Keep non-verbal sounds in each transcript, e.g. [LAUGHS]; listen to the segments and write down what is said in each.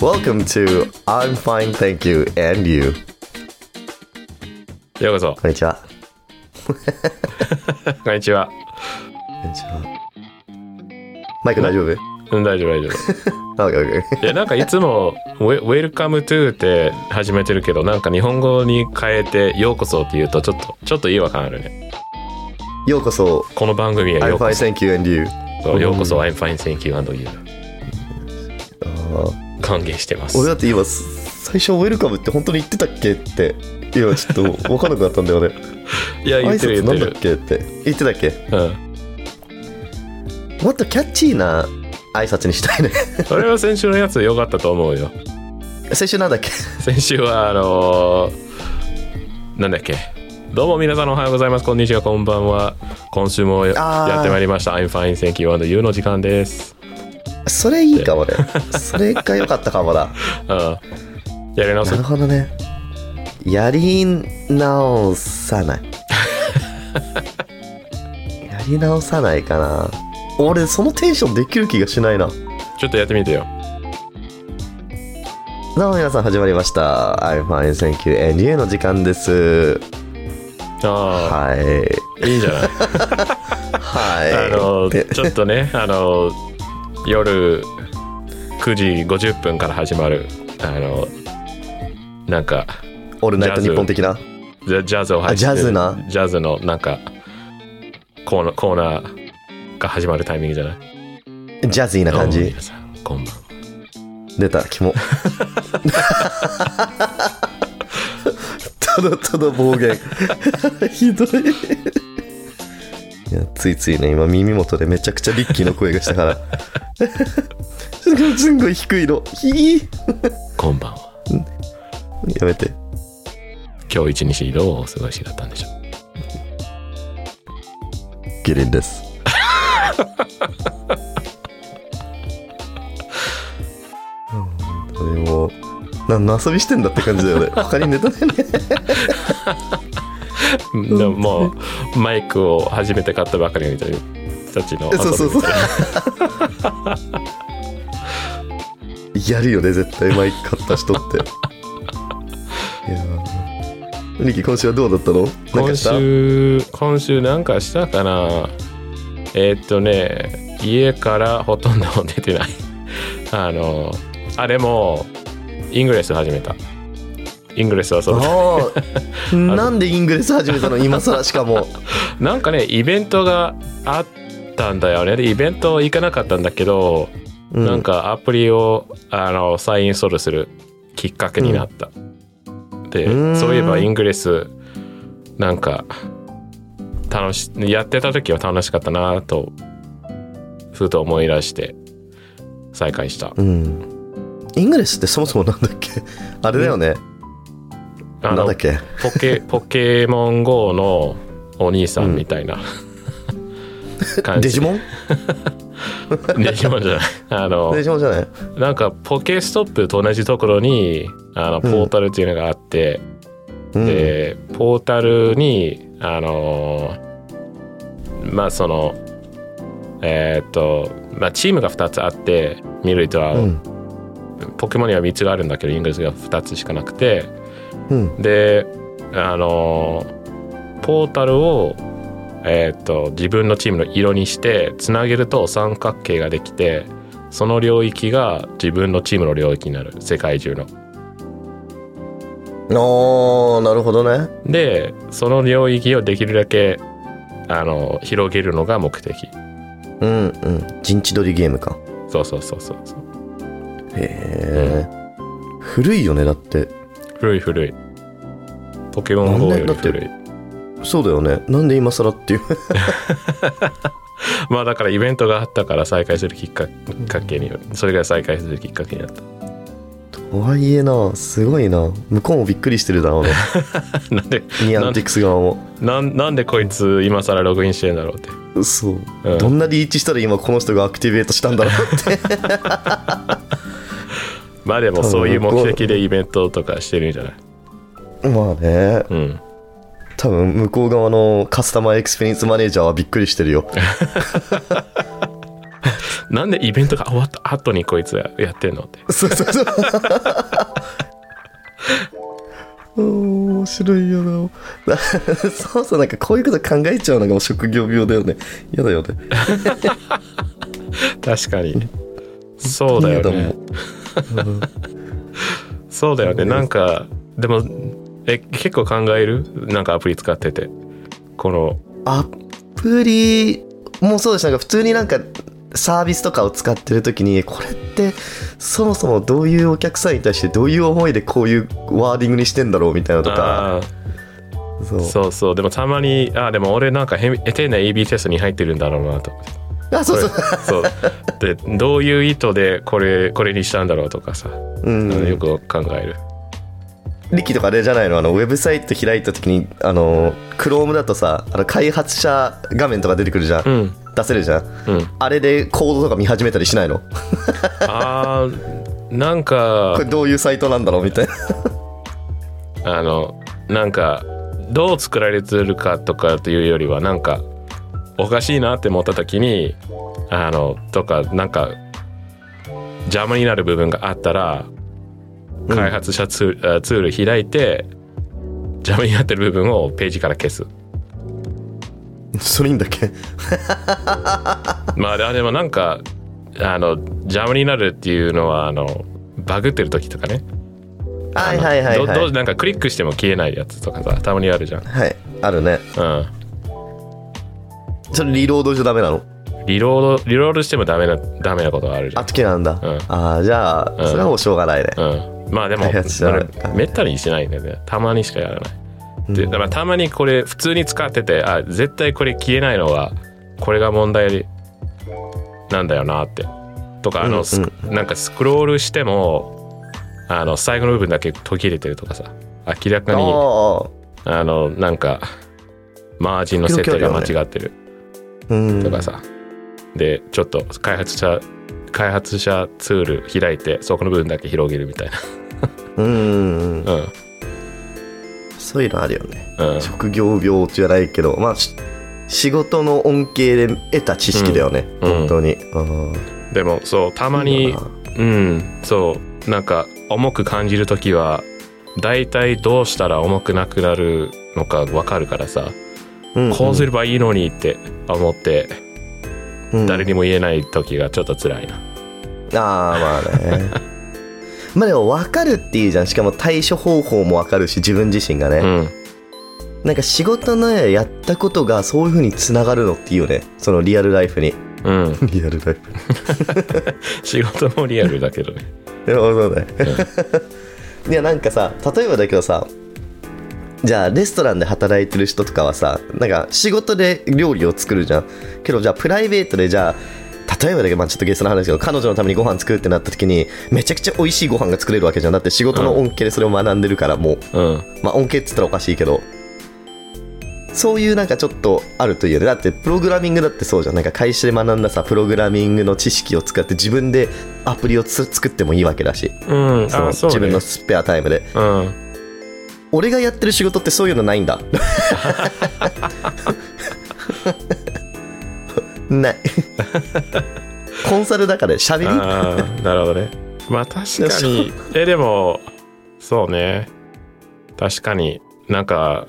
Welcome to I'm fine, thank you, and you. ようこそ。こんにちは。こんにちは。こんにちは。マイク大丈夫うん、大丈夫、大丈夫。あ ?OK, [LAUGHS] OK. いや、なんかいつも、ウェウェルカムトゥーって始めてるけど、なんか日本語に変えて、ようこそって言うと、ちょっと、ちょっと違和感あるね。ようこそ、この番組はよ I'm うこ fine, thank you, and you. そ、ようこそ、I'm fine, thank you, and you。あー歓迎してます。俺だって今、最初ウェルカムって本当に言ってたっけって、今ちょっと分からなくなったんだよね。いや、言挨って拶る、なん言だっってけって。言ってたっける。うん。もっとキャッチーな挨拶にしたいね。 [LAUGHS] それは先週のやつ良かったと思うよ。先週なんだっけ先週は、あのーなんだっけ。どうも皆さんおはようございます。こんにちは、こんばんは。今週もやあーやってまいりました。I'm fine, thank you, and you の時間です。それいいかも [LAUGHS] ね。それが良かったかもだ。うん。やり直なするほどね。やり直さ [LAUGHS] ない。やり直さないかな。俺、そのテンションできる気がしないな。ちょっとやってみてよ。どうも皆さん、始まりました。I'm fine, thank you, and you の時間です。あはい。あ、いいんじゃ [LAUGHS] ないはい。あの、でちょっとね、あの、夜9時50分から始まる、あの、なんか、オールナイトジャズ日本的な。ジャジャズをあ、配ジ信ャしてズるな。ジャズのなんか、コーナー、コーナーが始まるタイミングじゃないジャズィーな感どうもじ。皆さん、こんばんは。出た、キモ。ただただ暴言。ひどい。いやついついね、今耳元でめちゃくちゃリッキーの声がしたから。すごい、すんごい低いの。ひぃこんばんは。やめて。今日一日どうお過ごしだったんでしょうキリン [LAUGHS] です。うんこれもう、何の遊びしてんだって感じだよね。他にネタないね。うんでももう、マイクを初めて買ったばかりみたいな人たちの遊びみたい [LAUGHS] な。そうそうそう。やるよね、絶対マイク買った人って。いやーニキ、今週はどうだったのなんか今した週今週なんかしたかなえーっとね家からほとんど出てない [LAUGHS] あのあれもイングレス始めたイングレスはそうだああ、なんでイングレス始めたの今更しかも。なんかねイベントがあったんだよねでイベント行かなかったんだけど、うなん、かアプリをあの再インストールするきっかけになった、うーでんそういえばイングレスなんか楽しやってた時は楽しかったなとふと思い出して再開したうん。イングレスってそもそもなんだっけあれだよね。あなんだのっけポケ [LAUGHS] ポケモン GO のお兄さんみたいな、感デじジモンデジモンじゃないあのデジモンじゃないなんかポケストップと同じところにあのポータルっていうのがあって、うんでポータルにあのーまあそのえーっと、まあ、チームが2つあって見るとは、うん。ポケモンには3つがあるんだけどイングレスが2つしかなくてうん。であのーポータルをえーっと自分のチームの色にしてつなげると三角形ができてその領域が自分のチームの領域になる世界中の。ああ、なるほどね。でその領域をできるだけあの広げるのが目的うんうん。陣地取りゲームか。そうそうそうそうそうへえ、古いよねだって古い古いポケモン GO より古いそうだよねなんで今更っていう [LAUGHS] まあだからイベントがあったから再開するきっかけにそれが再開するきっかけになった [LAUGHS] とはいえなすごいな向こうもびっくりしてるだろうね [LAUGHS] なんでニアンティクス側もなんなんでこいつ今更ログインしてんだろうってそう、うんどんなリーチしたら今この人がアクティベートしたんだろうってまあでもそういう目的でイベントとかしてるんじゃない [LAUGHS] まあねうん多分向こう側 [LAUGHS] のカスタマーエクスペリエンスマネージャーはびっくりしてるよなんでイベントが終わった後にこいつやってんのってそうそうそう。うん面白いよな [LAUGHS] だそうそうなんかこういうこと考えちゃうのがもう職業病だよね嫌だよね確かにそうだよ嫌ねだもん、うんそうだよねうんなんかでもえ結構考えるなんかアプリ使っててこのアプリもそうですなんか普通になんかサービスとかを使ってる時にこれってそもそもどういうお客さんに対してどういう思いでこういうワーディングにしてんだろうみたいなとかあそーうそうそうでもたまにあーでも俺なんかへん丁寧 AB テストに入ってるんだろうなとあそうそうそうでどういう意図でこれこれにしたんだろうとかさ、うんよく考えるリキとかあれじゃないのあのウェブサイト開いた時にあの Chrome だとさあの開発者画面とか出てくるじゃん、うん出せるじゃんうんあれでコードとか見始めたりしないのあーなんかこれどういうサイトなんだろうみたいな [LAUGHS] あのなんかどう作られてるかとかというよりはなんかおかしいなって思った時にあのとかなんか邪魔になる部分があったらうん開発者ツー,、あツール開いて邪魔になってる部分をページから消すそれいいんだっけまああでもなんかあの邪魔になるっていうのはあのバグってる時とかねはいはいはいどはどういなんかクリックしても消えないやつとかさたまにあるじゃん、はいあるねうん、それリロードじゃダメなのリロード、リロードしてもダメな、ダメなことがあるじゃあん。っけなんだ、うんああじゃあうんそれはもうしょうがないね、うん。まあでも、いや知らないそれめったにしないんだよね。たまにしかやらない。で、うんだからたまにこれ、普通に使ってて、あ、絶対これ消えないのは、これが問題なんだよなって。とか、あうんうの、んスクなんかスクロールしても、あの、最後の部分だけ途切れてるとかさ、明らかあに、ああの、なんか、マージンの設定が間違ってる。うんとかさ、でちょっと開発者開発者ツール開いてそこの部分だけ広げるみたいうんなうんそういうのあるよねうん職業病じゃないけどまあし仕事の恩恵で得た知識だよね、うん本当に、うん、でもそうたたまにうんそうなんか重く感じる時はだいたいどうしたら重くなくなるのか分かるからさ、こうすればいいのにって思って誰にも言えない時がちょっと辛いな、ああまあね [LAUGHS] まあでも分かるっていいじゃんしかも対処方法も分かるし自分自身がね、うんなんか仕事のやったことがそういうふうにつながるのっていいよねそのリアルライフに [LAUGHS] うんリアルライフ仕事もリアルだけどねでもそうだね、いやなんかさ例えばだけどさじゃあレストランで働いてる人とかはさなんか仕事で料理を作るじゃんけどじゃあプライベートでじゃあ例えばだけど、まあ、ちょっとゲストの話ですけど彼女のためにご飯作るってなった時にめちゃくちゃ美味しいご飯が作れるわけじゃんだって仕事の恩恵でそれを学んでるからもう、うんまあ、恩恵って言ったらおかしいけどそういうなんかちょっとあるというよねだってプログラミングだってそうじゃんなんか会社で学んださプログラミングの知識を使って自分でアプリをつ作ってもいいわけだしうんそのあそうね自分のスペアタイムでうん俺がやってる仕事ってそういうのないんだ [LAUGHS] [LAUGHS] ないコンサルだから喋りああ [LAUGHS] なるほどねまあ確かにえでもそうね確かになんか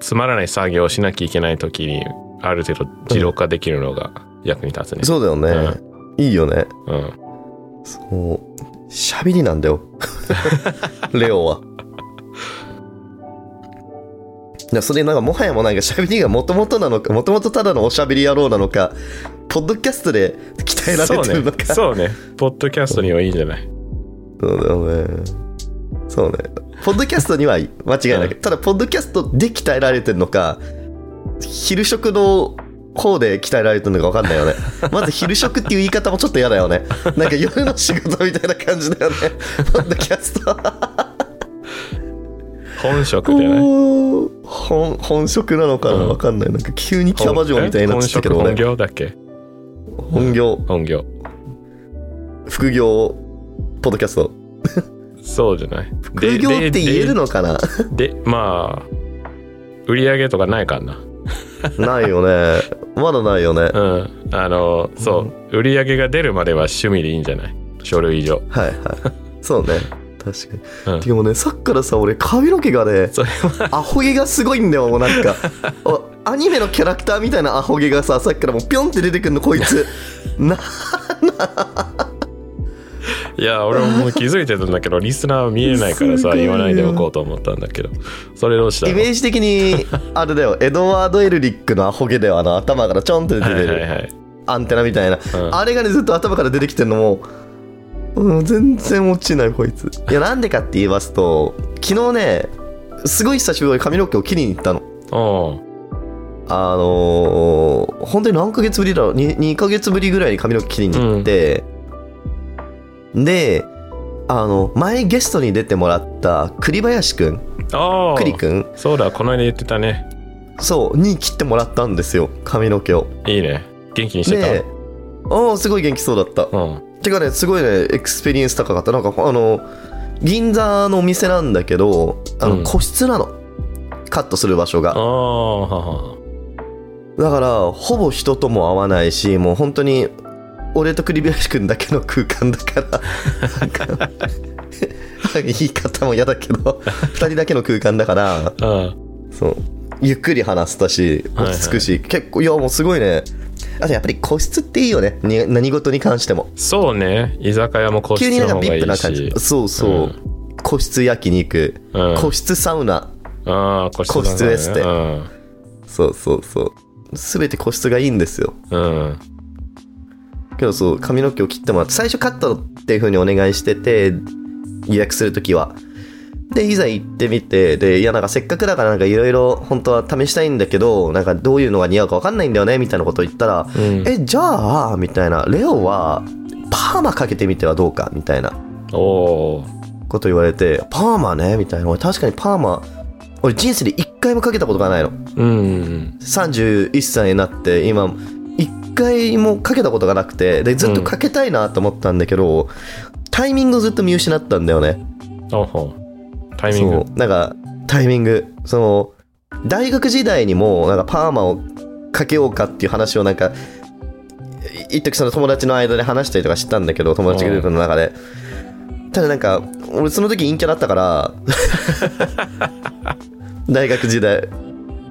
つまらない作業をしなきゃいけない時にある程度自動化できるのが役に立つね、そうだよね、いいよねうん、そう喋りなんだよ [LAUGHS] レオはなそれなんかもはやもなんか喋りがもともとなのかもともとただのおしゃべり野郎なのかポッドキャストで鍛えらそれうてるのねかそうねポッドキャストにはいいんじゃないそうだよね。そうね。ポッドキャストには間違いなうく、ただ、ポッドキャストで鍛えられてるのか、昼食の方で鍛えられてるのか分かんない [LAUGHS] よね。まず、昼食っていう言い方もちょっと嫌だよね。なんか夜の仕事みたいな感じだよね。ポッドキャストは。本職じゃないおー本本職なのかなうん分かんない。なんか急にキャバ嬢みたいになっ本てた職けど本ね。業だっけ本業、本業副業、ポッドキャスト。そうじゃない副業って言えるのかなでででまあ売り上げとかないからなないよね。まだないよね。うんあのそう売り上げが出るまでは趣味でいいんじゃない書類上はいはい。そうね。確かに。うんてかもうね、さっきからさ、俺髪の毛がね、それはアホ毛がすごいんだよ、もうなん [LAUGHS] か。おアニメのキャラクターみたいなアホ毛がさ、さっきからもうピョンって出てくるの、こい [LAUGHS] つ。な、いや俺ももう気づいてたんだけどリスナーは見えないからすさごいよ言わないでおこうと思ったんだけどそれどうしたイのメージ的に、あれだよ、エドワード・エルリックのアホ毛だよ、あの頭からちょんって出てはいはいるはいアンテナみたいな。うんあれがね、ずっと頭から出てきてるのも、うん、全然落ちない、こいつ。いや、なんでかって言いますと、昨日ね、すごい久しぶりに髪の毛を切りに行ったの。おうあのー本当に何ヶ月ぶりだろう 2, 2ヶ月ぶりぐらいに髪の毛切りに行って、であの前ゲストに出てもらった栗林くんあ栗あくんそうだこの間言ってたねそうに切ってもらったんですよ髪の毛をいいね元気にしてた、でああすごい元気そうだったうんてかねすごいねエクスペリエンス高かったなんかあの銀座のお店なんだけどあうんの個室なの、カットする場所がああははだからほぼ人とも会わないしもう本当に俺と栗林くんだけの空間だからなんか [LAUGHS] 言い方も嫌だけど2人だけの空間だからうんそうゆっくり話せたしはいはい落ち着くし、結構いやもうすごいねあとやっぱり個室っていいよねに何事に関してもそうね居酒屋も個室急になんかの方ビがッいプない感じしそうそう、うん個室焼肉、うん個室サウナああ個室個室エステうんそうそうそう全て個室がいいんですようんけどそう髪の毛を切ってもらって最初カットっていう風にお願いしてて予約する時はでいざ行ってみてでいやなんかせっかくだからなんかいろいろ本当は試したいんだけどなんかどういうのが似合うか分かんないんだよねみたいなことを言ったら、うんえじゃあみたいなレオはパーマかけてみてはどうかみたいなおおこと言われてパーマねみたいな俺確かにパーマ俺人生で一回もかけたことがないのうん31歳になって今一回もかけたことがなくてでずっとかけたいなと思ったんだけど、タイミングをずっと見失ったんだよねおほタイミングそうなんかタイミングその大学時代にもなんかパーマをかけようかっていう話をなんかい一時その友達の間で話したりとかしたんだけど友達グループの中で、ただなんか俺その時陰キャだったから [LAUGHS] 大学時代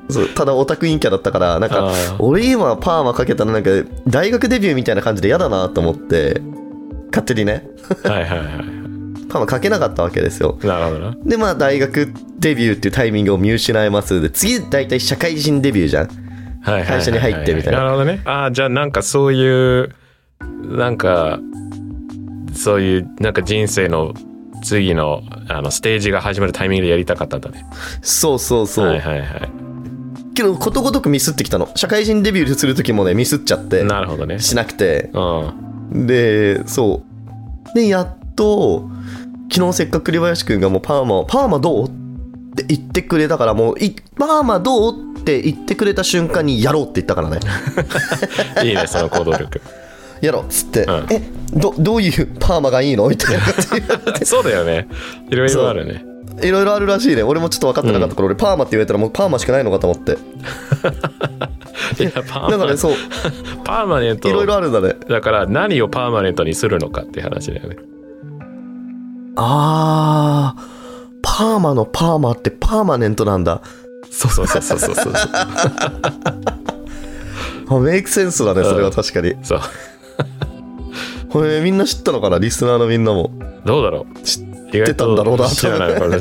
そうただオタク陰キャだったからなんかあー俺今パーマかけたらなんか大学デビューみたいな感じで嫌だなと思って勝手にねはいはいはパーマかけなかったわけですよいなるほどなでまあ大学デビューっていうタイミングを見失いますで次大体社会人デビューじゃんはいはいはいはい会社に入ってみたいななるほどねああじゃあなんかそういうなんかそういうなんか人生の次のあのステージが始まるタイミングでやりたかったんだねそうそうそう、はいはいはいけどことごとくミスってきたの社会人デビューする時もねミスっちゃってなるほどねしなくてうんでそうでやっと昨日せっかく栗林くんがもうパーマを「パーマどう?」って言ってくれたからもうい「パーマどう?」って言ってくれた瞬間に「やろう」って言ったからねいいねその行動 [LAUGHS] 力やろうっつって、うんえどどういうパーマがいいのみたいなこと言われてそうだよねいろいろあるねいろいろあるらしいね俺もちょっと分かってなかったから、俺パーマって言われたらもうパーマしかないのかと思っていやパーマだからねそうパーマネントいろいろあるんだねだから何をパーマネントにするのかって話だよねあーパーマのパーマってパーマネントなんだそうそうそうそうそうそうあメイクセンスだねそれは確かに、そうこれみんな知ったのかなリスナーのみんなもどうだろう知意って外たんだろうな [LAUGHS] と知らないこれ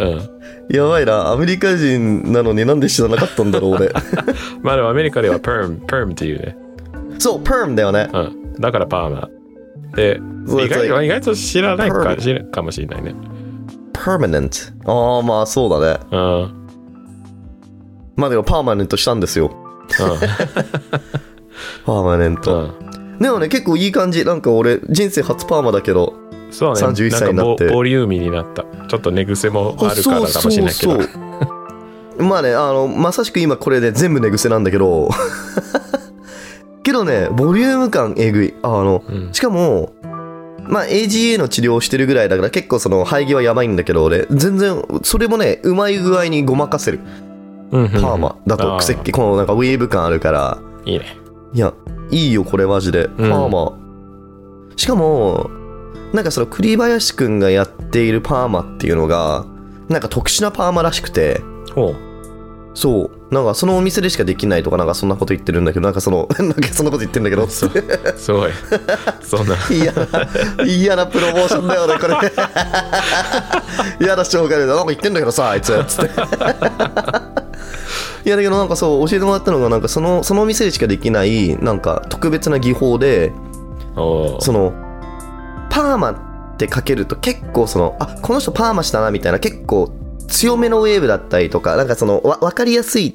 うんやばいなアメリカ人なのになんで知らなかったんだろう俺まあでもアメリカでは perm、perm っていうね。そうパームだよねうん。だからパーマ。で、そう意外そと意外と知らないか perm 知るかもしれないね。パーマネントああまあそうだねうん。うん。まあでもパーマネントしたんですよパーマネント、でもね結構いい感じなんか俺人生初パーマだけどうんそうね。 31歳になってんかボボリューミーになった。ちょっと寝癖もあるからかもしれないけど。そうそう [LAUGHS] そうまあねあのまさしく今これで全部寝癖なんだけどけどねボリューム感えぐいあのうんしかもまあ AGA の治療をしてるぐらいだから結構その生え際やばいんだけど俺全然それもねうまい具合にごまかせるうんうんパーマだとあークセっ気このなんかウェーブ感あるからいいねいやいいよこれマジでパーマ、しかもなんかその栗林くんがやっているパーマっていうのがなんか特殊なパーマらしくてほうそうなんかそのお店でしかできないとかなんかそんなこと言ってるんだけどなんかその [LAUGHS] なんかそんなこと言ってるんだけどそうすごい [LAUGHS] そんな [LAUGHS] 嫌な嫌なプロモーションだよねこれ [LAUGHS] 嫌な紹介でなんか言ってんだけどさあいつつって [LAUGHS] いやだけどなんかそう教えてもらったのがなんかそのそのお店でしかできないなんか特別な技法でおーそのパーマってかけると結構そのあこの人パーマしたなみたいな結構強めのウェーブだったりとかなんかそのわ分かりやすい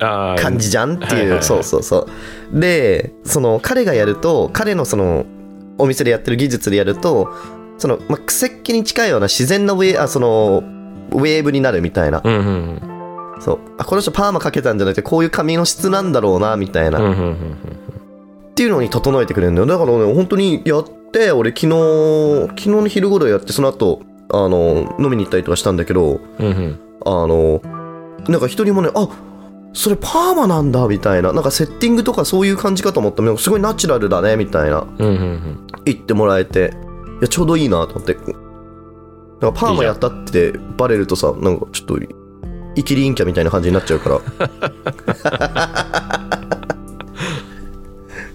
あー感じじゃんってはいはいいはいうそうそうそうでその彼がやると彼のそのお店でやってる技術でやるとその、まあ、クセっ気に近いような自然なウェあそのウェーブになるみたいなうんうんそうあこの人パーマかけたんじゃなくてこういう髪の質なんだろうなみたいな、うんうっんうんうんていうのに整えてくれるんだよだからね本当にやって俺昨日昨日の昼頃やってその後あの飲みに行ったりとかしたんだけどうんうんあのなんか一人もねあそれパーマなんだみたいななんかセッティングとかそういう感じかと思ったなんかすごいナチュラルだねみたいなうんうんうん言ってもらえていやちょうどいいなと思ってなんかパーマやったってバレるとさなんかちょっとイキリンキャみたいな感じになっちゃうから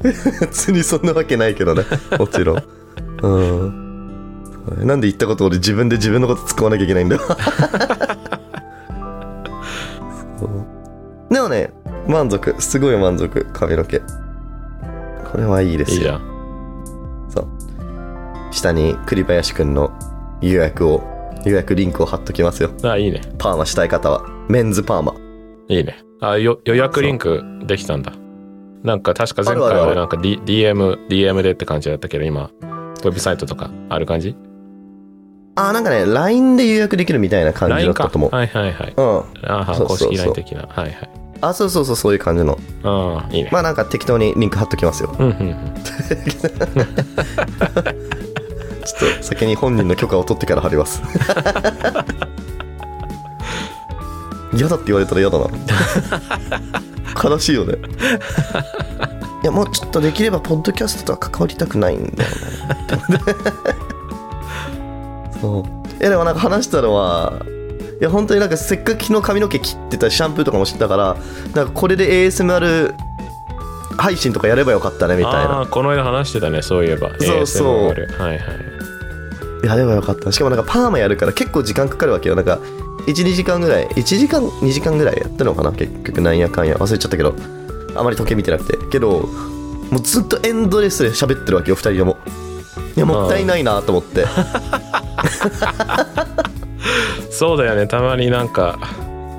別にそんなわけないけどねもちろんうんなんで言ったこと俺自分で自分のこと突っ込まなきゃいけないんだよ [LAUGHS] そうでもね満足すごい満足髪の毛これはいいですいいよじゃん下に栗林くんの予約を予約リンクを貼っときますよあいいねパーマしたい方はメンズパーマいいねあよ予約リンクできたんだなんか確か前あるあ回るある俺なんか、D、DM, DM でって感じだったけど今ウェブサイトとかある感じあーなんかね LINE で予約できるみたいな感じだ LINE っかたと思うはいはいはいうんああそうそうそ公う式 LINE 的なはいはいあそうそうそうそういう感じのああいいね、まあなんか適当にリンク貼っときますようんうんうんちょっと先に本人の許可を取ってから貼ります嫌だって言われたら嫌だな悲しいよねいやもうちょっとできればポッドキャストとは関わりたくないんだよねそういやでもなんか話したのはいや本当になんかせっかく昨日髪の毛切ってたシャンプーとかもしてたからなんかこれで ASMR 配信とかやればよかったねみたいなああこの間話してたねそういえばそうそう ASMR はいはいやればよかったしかもなんかパーマやるから結構時間かかるわけよなんか12時間ぐらい1時間2時間ぐらいやったのかな結局なんやかんや忘れちゃったけどあまり時計見てなくてけどもうずっとエンドレスで喋ってるわけよ2人ともいやもったいないなと思 [LAUGHS] ってそうだよねたまになんか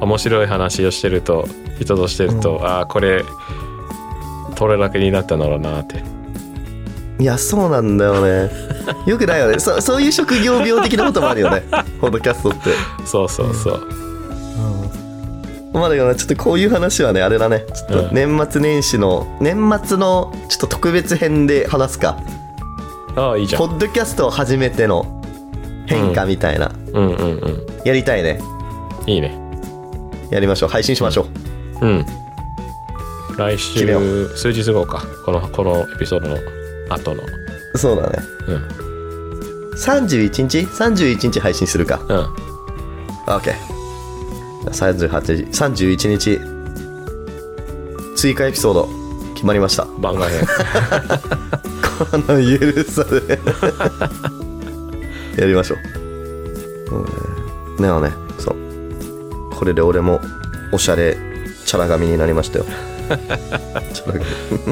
面白い話をしてると人としてると、ああこれ取れだけになったんだろうなっていやそうなんだよねよくないよねそそういう職業病的なこともあるよねポッドキャストってそうそうそうまあだけどねちょっとこういう話はねあれだねちょっうとん年末年始の年末のちょっと特別編で話すかああいいじゃポんッドキャストを初めての変化みたいな、うんうんうんやりたいねいいねやりましょう配信しましょう、うん来決めよ週数日後かこのこのエピソードの後のそうだねうん31日31日配信するかうん OK38 31日追加エピソード決まりましたこ番外編のゆるさ [LAUGHS] でやりましょうそうねでもねそうこれで俺もおしゃれチャラ髪になりました [LAUGHS] よチャラ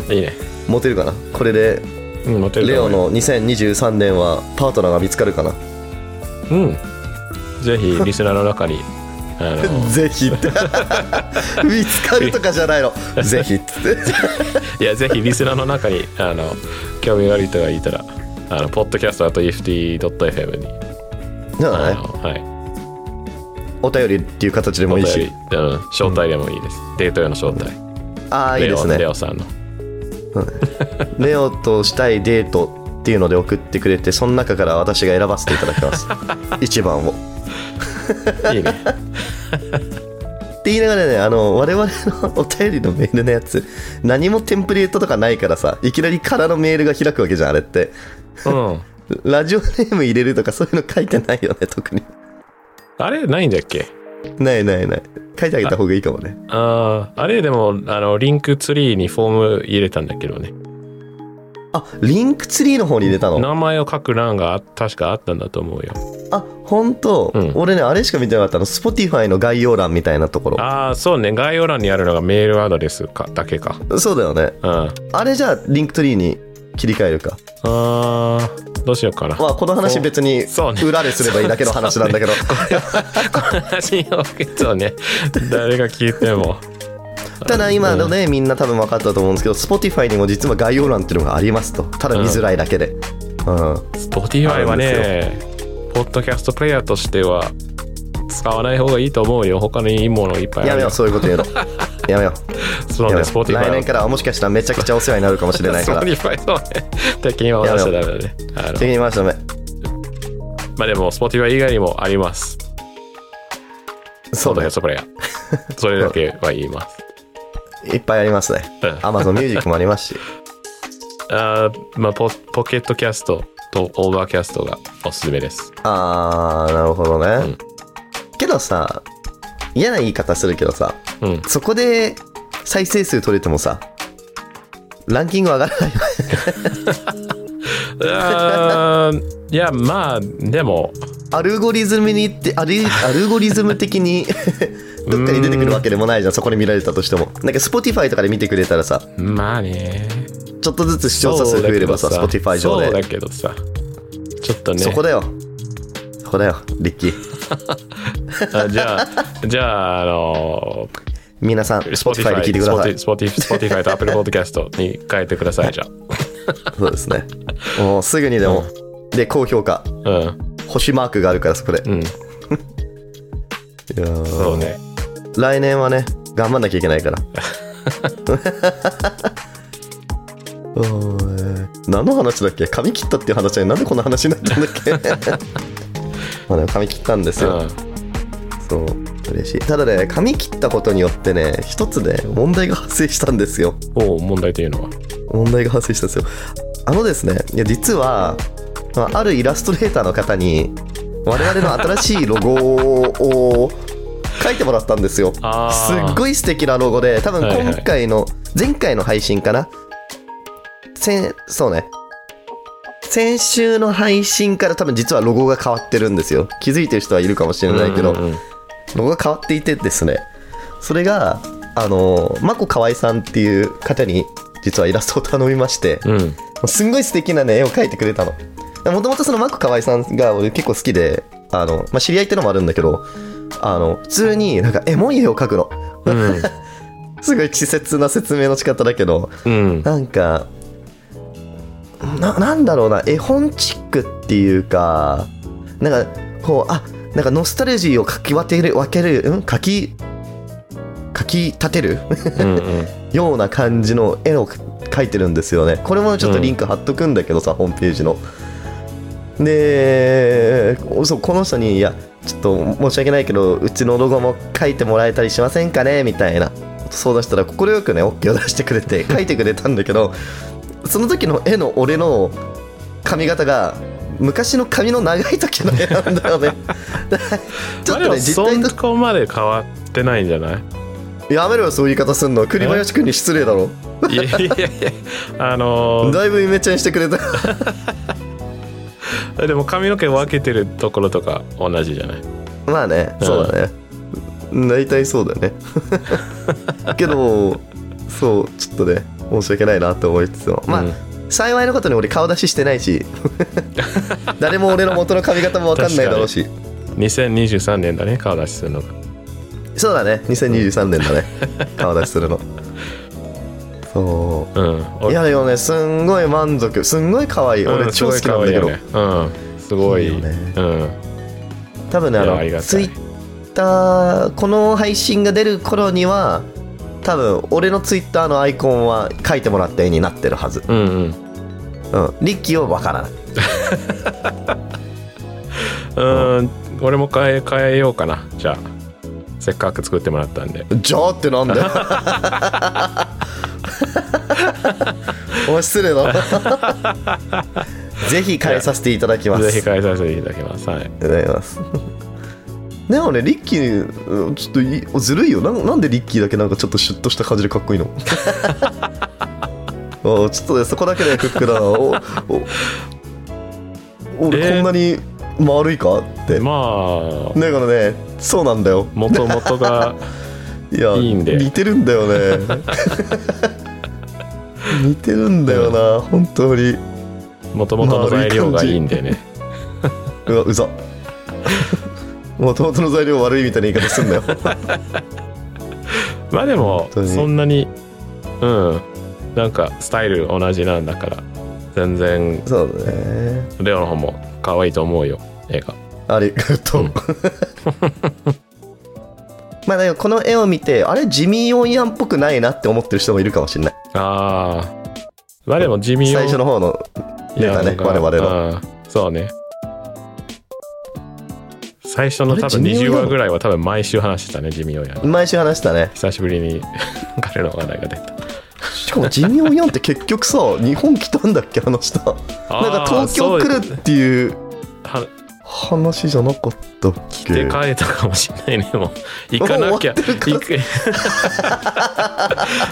髪 [LAUGHS] いいねモテるかなこれでうんモテるレとオ思うよの2023年はパートナーが見つかるか [LAUGHS] なうんぜひリスナーの中にあ [LAUGHS] のぜひって [LAUGHS] 見つかるとかじゃない [LAUGHS] のぜひっつっていやぜひリスナーの中にあの興味がある人がいたらあのポッドキャストあと EFT.fm にそうあだねのはいお便りっていう形でおもいい便しりあの招待でもいいです、デート用の招待ああいいレでオすねレオさんのレオとしたいデートっていうので送ってくれてそ [LAUGHS] の中から私が選ばせていただきます一番をいいねって言いながらね、あの、我々のお便りのメールのやつ、何もテンプレートとかないからさ、いきなり空のメールが開くわけじゃん、あれって。うん。ラジオネーム入れるとかそういうの書いてないよね、特に。あれないんだっけないないない。書いてあげた方がいいかもね。ああ、あれでも、あの、リンクツリーにフォーム入れたんだけどね。あ、リンクツリーの方に入れたの。名前を書く欄があ確かあったんだと思うよ。あ、本当、うん俺ね、あれしか見てなかったの。Spotify の概要欄みたいなところ。ああ、そうね。概要欄にあるのがメールアドレスか、だけか。そうだよね。うん。ああれじゃあ、リンクツリーに切り替えるか。あー、どうしようかな。まあ、この話別にそ [LAUGHS] うね裏ですればいいだけの話なんだけど。話を受けとね、誰が聞いても。 [LAUGHS] ただ今のね、みんな多分分かったと思うんですけど Spotify にも実は概要欄っていうのがありますとただ見づらいだけで、うんあ Spotify るはんねで、ポッドキャストプレイヤーとしては使わない方がいいと思うよ。他にいいものいっぱいあやるめようそういうこと言うのやめよそううやね、めよう Spotify 来年からはもしかしたらめちゃくちゃお世話になるかもしれないから Spotify [LAUGHS] そうね。敵に回しちゃダメだね。あの責任回しダメまあでも、Spotify 以外にもあります。そうだよポッドキャストプレイヤー。それだけは言います。いっぱいありますねうん Amazon Music もありますしあーまあポ、ポケットキャストとオーバーキャストがおすすめです。あーなるほどね、んけどさ嫌な言い方するけどさうん。そこで再生数取れてもさランキング上がらないよねあーいや、まあ、でも、アルゴリズムにってアルアルゴリズム的 [LAUGHS] にどっかに出てくるわけでもないじゃんそこで見られたとしてもなんか Spotify とかで見てくれたらさまあね。ちょっとずつ視聴者数増えればさそうだけど Spotify 上でそそうだけどさ、ちょっとね。こだよそこだよリッキーあじ [LAUGHS] ゃあ、じゃあ、あの皆さん Spotify で聞いてください Spotify Spotify と Apple Podcast に変えてください、じゃそうですねもうすぐにでも、で高評価あ。うん。星マークがあるからそこでうん。いやーそうね。来年はね頑張んなきゃいけないから [LAUGHS] おー何の話だっけ髪切ったっていう話でなんでこんな話になったんだ [LAUGHS] っけまあでも髪切ったんですうよ、ん。そう嬉しいただね髪切ったことによってね一つね問題が発生したんですよおう問題というのは。問題が発生したんですよあのですねいや実はまああるイラストレーターの方に我々の新しいロゴを書いてもらったんですよああ。すっごい素敵なロゴで多分はいはい今回の、前回の配信かな先そうね先週の配信から多分実はロゴが変わってるんですよ気づいてる人はいるかもしれないけど、うんうんうんロゴが変わっていてですねそれがあのまこかわいさんっていう方に実はイラストを頼みまして、うん。すんごい素敵なね絵を描いてくれたのもともとそのマック河合さんが俺結構好きであの、まあ、知り合いってのもあるんだけどあの普通になんかエモい絵を描くのうん。すごい稚拙な説明の仕方だけどうん。なんかななんだろうな絵本チックっていうかなんかこうあなんかノスタルジーをかき分ける分けるうんかきかき立てるうんうんような感じの絵を描いてるんですよねこれもちょっとリンク貼っとくんだけどさ、ホームページのでそうこの人に「いやちょっと申し訳ないけどうちのロゴも描いてもらえたりしませんかね?」みたいな相談したら快くね OK を出してくれ [LAUGHS] て描いてくれたんだけどその時の絵の俺の髪型が昔の髪の長い時の絵なんだよ [LAUGHS] ねちょっまあとでもね実態とそこまで変わってないんじゃないやめろよそういう言い方すんの栗林君に失礼だろいやいやいやあのだいぶイメチェンしてくれたーでも髪の毛分けてるところとか同じじゃないまあね、うんそうだね。大体そうだ [LAUGHS] ね。けど、そう、ちょっとね、申し訳ないなって思いつつも。まあ、うん幸いなことに俺顔出ししてない [LAUGHS] し、誰も俺の元の髪型もわかんないだろうし。 2023年だね顔出しするのがそうだね、2023年だね、顔出しするの。そううん。い俺やでもね、すんごい満足、すんごい可愛い。うん俺超好きなんだけど。すごい可愛いよねうんすごいいいよねうん多分ねあいやのありがたいツイッターこの配信が出る頃には多分俺のツイッターのアイコンは書いてもらった絵になってるはず、うんうんうん、リッキーはわからないうん俺も変え変えようかなじゃあせっかく作ってもらったんでじゃあってなんだ [LAUGHS] よお前失礼だな [LAUGHS] ぜひ変えさせていただきますぜひ開催させていただきますはいありがとうございます [LAUGHS] でもねリッキーうんちょっといずるいよなんなんでリッキーだけなんかちょっとシュッとした感じでかっこいいの [LAUGHS] おちょっとねそこだけでクックだなおお俺えこーんなに丸いかって、まあだからねそうなんだよもともとがいやいいんで似てるんだよね似てるんだよな、本当にもともとの材料がいいんでねうわうざ [LAUGHS] もともとの材料悪いみたいな言い方すんだよまあでも当にそんなにうんなんかスタイル同じなんだから全然そうだねレオの方も可愛いと思うよ映画ありがとう、うん [LAUGHS] まあだけどこの絵を見てあれジミー・オンヤンっぽくないなって思ってる人もいるかもしれないああまあでも地味を最初の方のネタね我々ののそうね最初のあ多分れ地味20親話ぐらいは多分毎週話してたね地味親が毎週話したね久しぶりに彼の話題が出たしかもジミー・オンヤンって結局さ日本来たんだっけ話したなんか東京来るっていうは話じゃなかったっ来けて帰ったかもしれないねもう行かなきゃもう終わって行る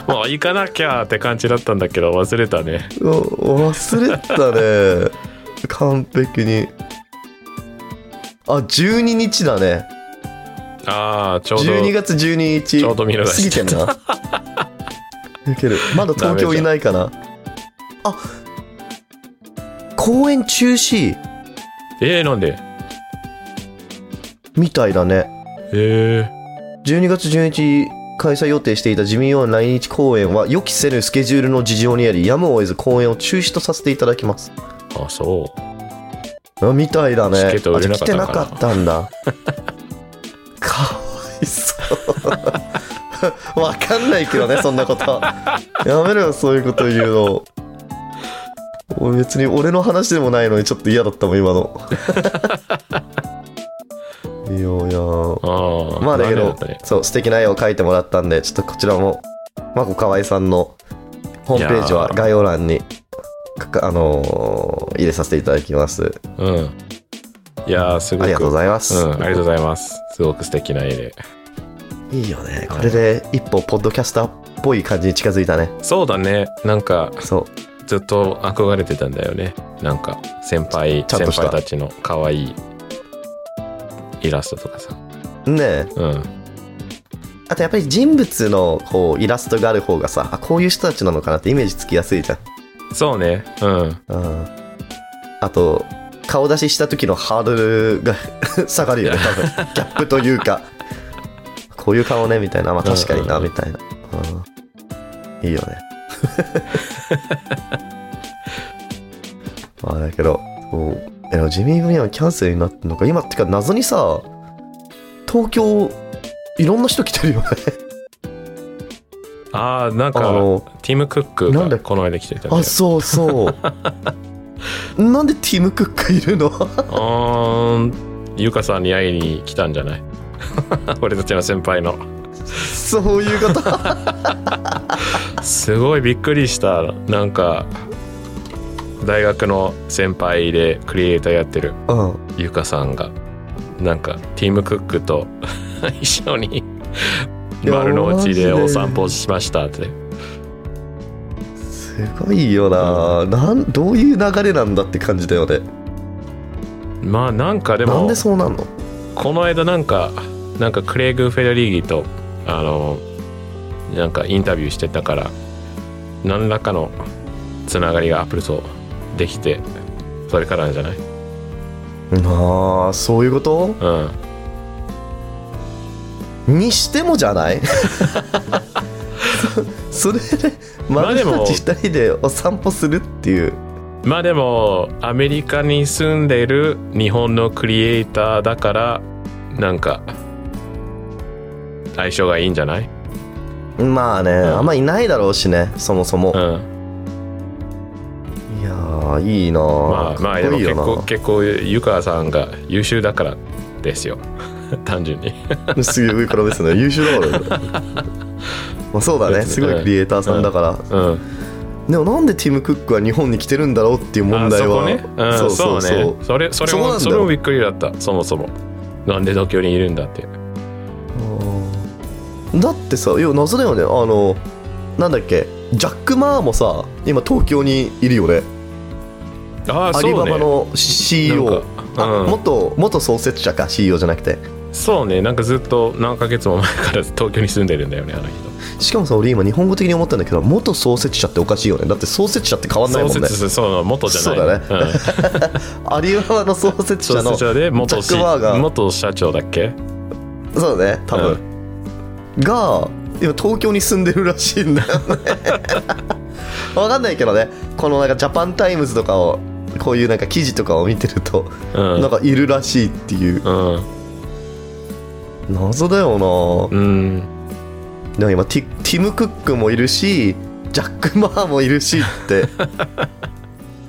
く [LAUGHS] もう行かなきゃって感じだったんだけど忘れたねお忘れて [LAUGHS] たね完璧にあ12日だねああちょうど12月12日ちょうど見過逃ぎしててんない [LAUGHS] けるまだ東京いないかなあ公演中止えー、なんでみたいだねえ12月11日開催予定していたジミーオン来日公演は予期せぬスケジュールの事情にありやむを得ず公演を中止とさせていただきますー、あそうあみたいだねチケット売れなかったのあかじゃなあ来てなかったんだかわいそう [LAUGHS] わかんないけどねそんなことやめろよそういうこと言うの俺別に俺の話でもないのにちょっと嫌だったもん今 [LAUGHS] のいやいやああまあだけ残念どったねそう素敵な絵を描いてもらったんでちょっとこちらもまこかわいさんのホームページはいやー概要欄にかかあのー入れさせていただきますうんいやーすごくありがとうございます、うん、ありがとうございます。すごく素敵な絵で。いいよねこれで一歩ポッドキャスターっぽい感じに近づいたねそうだね。なんか、そうずっと憧れてたんだよね。なんか、先輩、ちゃん先とした輩たちの可愛いイラストとかさ。ねえうん。あとやっぱり人物のこうイラストがある方がさあこういう人たちなのかなってイメージつきやすいじゃんそうね。うん。うんあと顔出しした時のハードルが [LAUGHS] 下がるよね多分ギャップというかこういう顔ねみたいなまあ確かになうんうんみたいな、うんいいよね [LAUGHS] まあだけどそうえでもジミー・グリーンはキャンセルになってんのか今ってか謎にさ東京いろんな人来てるよねああ、なんあか、のティム・クックなんだがこの間来てたんだよあ。そう [LAUGHS] そうなんでティム・クックいるの [LAUGHS] あーん、ゆかさんに会いに来たんじゃない [LAUGHS] 俺たちの先輩の。そういうことすごいびっくりした。なんか、大学の先輩でクリエイターやってるうん、ゆかさんがなんかティム・クックと [LAUGHS] 一緒にいや丸の内マジででお散歩しましたってすごいよな,、なんどういう流れなんだって感じだよねまあなんかでなんもでそうなんのこの間なんかなんかクレイグ・フェデリーギとあのなんかインタビューしてたから何らかのつながりがアップルとできてそれからなんじゃないああそういうことうんにしてもじゃ [LAUGHS] ないそそ [LAUGHS] れでまあ丸でもの内2人でお散歩するっていうまあでもアメリカに住んでる日本のクリエイターだからなんか相性がいいんじゃないまあね、んあんまいないだろうしねそもそもう、んいやーいいなーまあまあかでっこもいい結よな構結構湯川さんが優秀だからですよ [LAUGHS] 単純にすげえ上から目線だ優秀だ [LAUGHS] から、まあ、そうだねすごいクリエイターさんだから、うんでもなんでティム・クックは日本に来てるんだろうっていう問題はあそこね、うん、そうねそれそれそこなんだよもそれもびっくりだったそもそもなんで東京にいるんだってあーだってさいや謎だよねあのなんだっけジャック・マーもさ今東京にいるよねああアそリバうバねの CEO なんかあうん元元創設者か CEO じゃなくてそうねなんかずっと何ヶ月も前から [LAUGHS] 東京に住んでるんだよねあの人しかもさ俺今日本語的に思ったんだけど元創設者っておかしいよねだって創設者って変わんないもんね創設そう元じゃないそうだね、アリババの創設うん、者創の [LAUGHS] そ設者で元ジャックバーガー元社長だっけうだね多分、が今東京に住んでるらしいんだよ [LAUGHS] ねわかんないけどねこのなんかジャパンタイムズとかをこういうなんか記事とかを見てると、うんなんかいるらしいっていううん謎だよな、うんでも今ティティム・クックもいるしジャック・マーもいるしって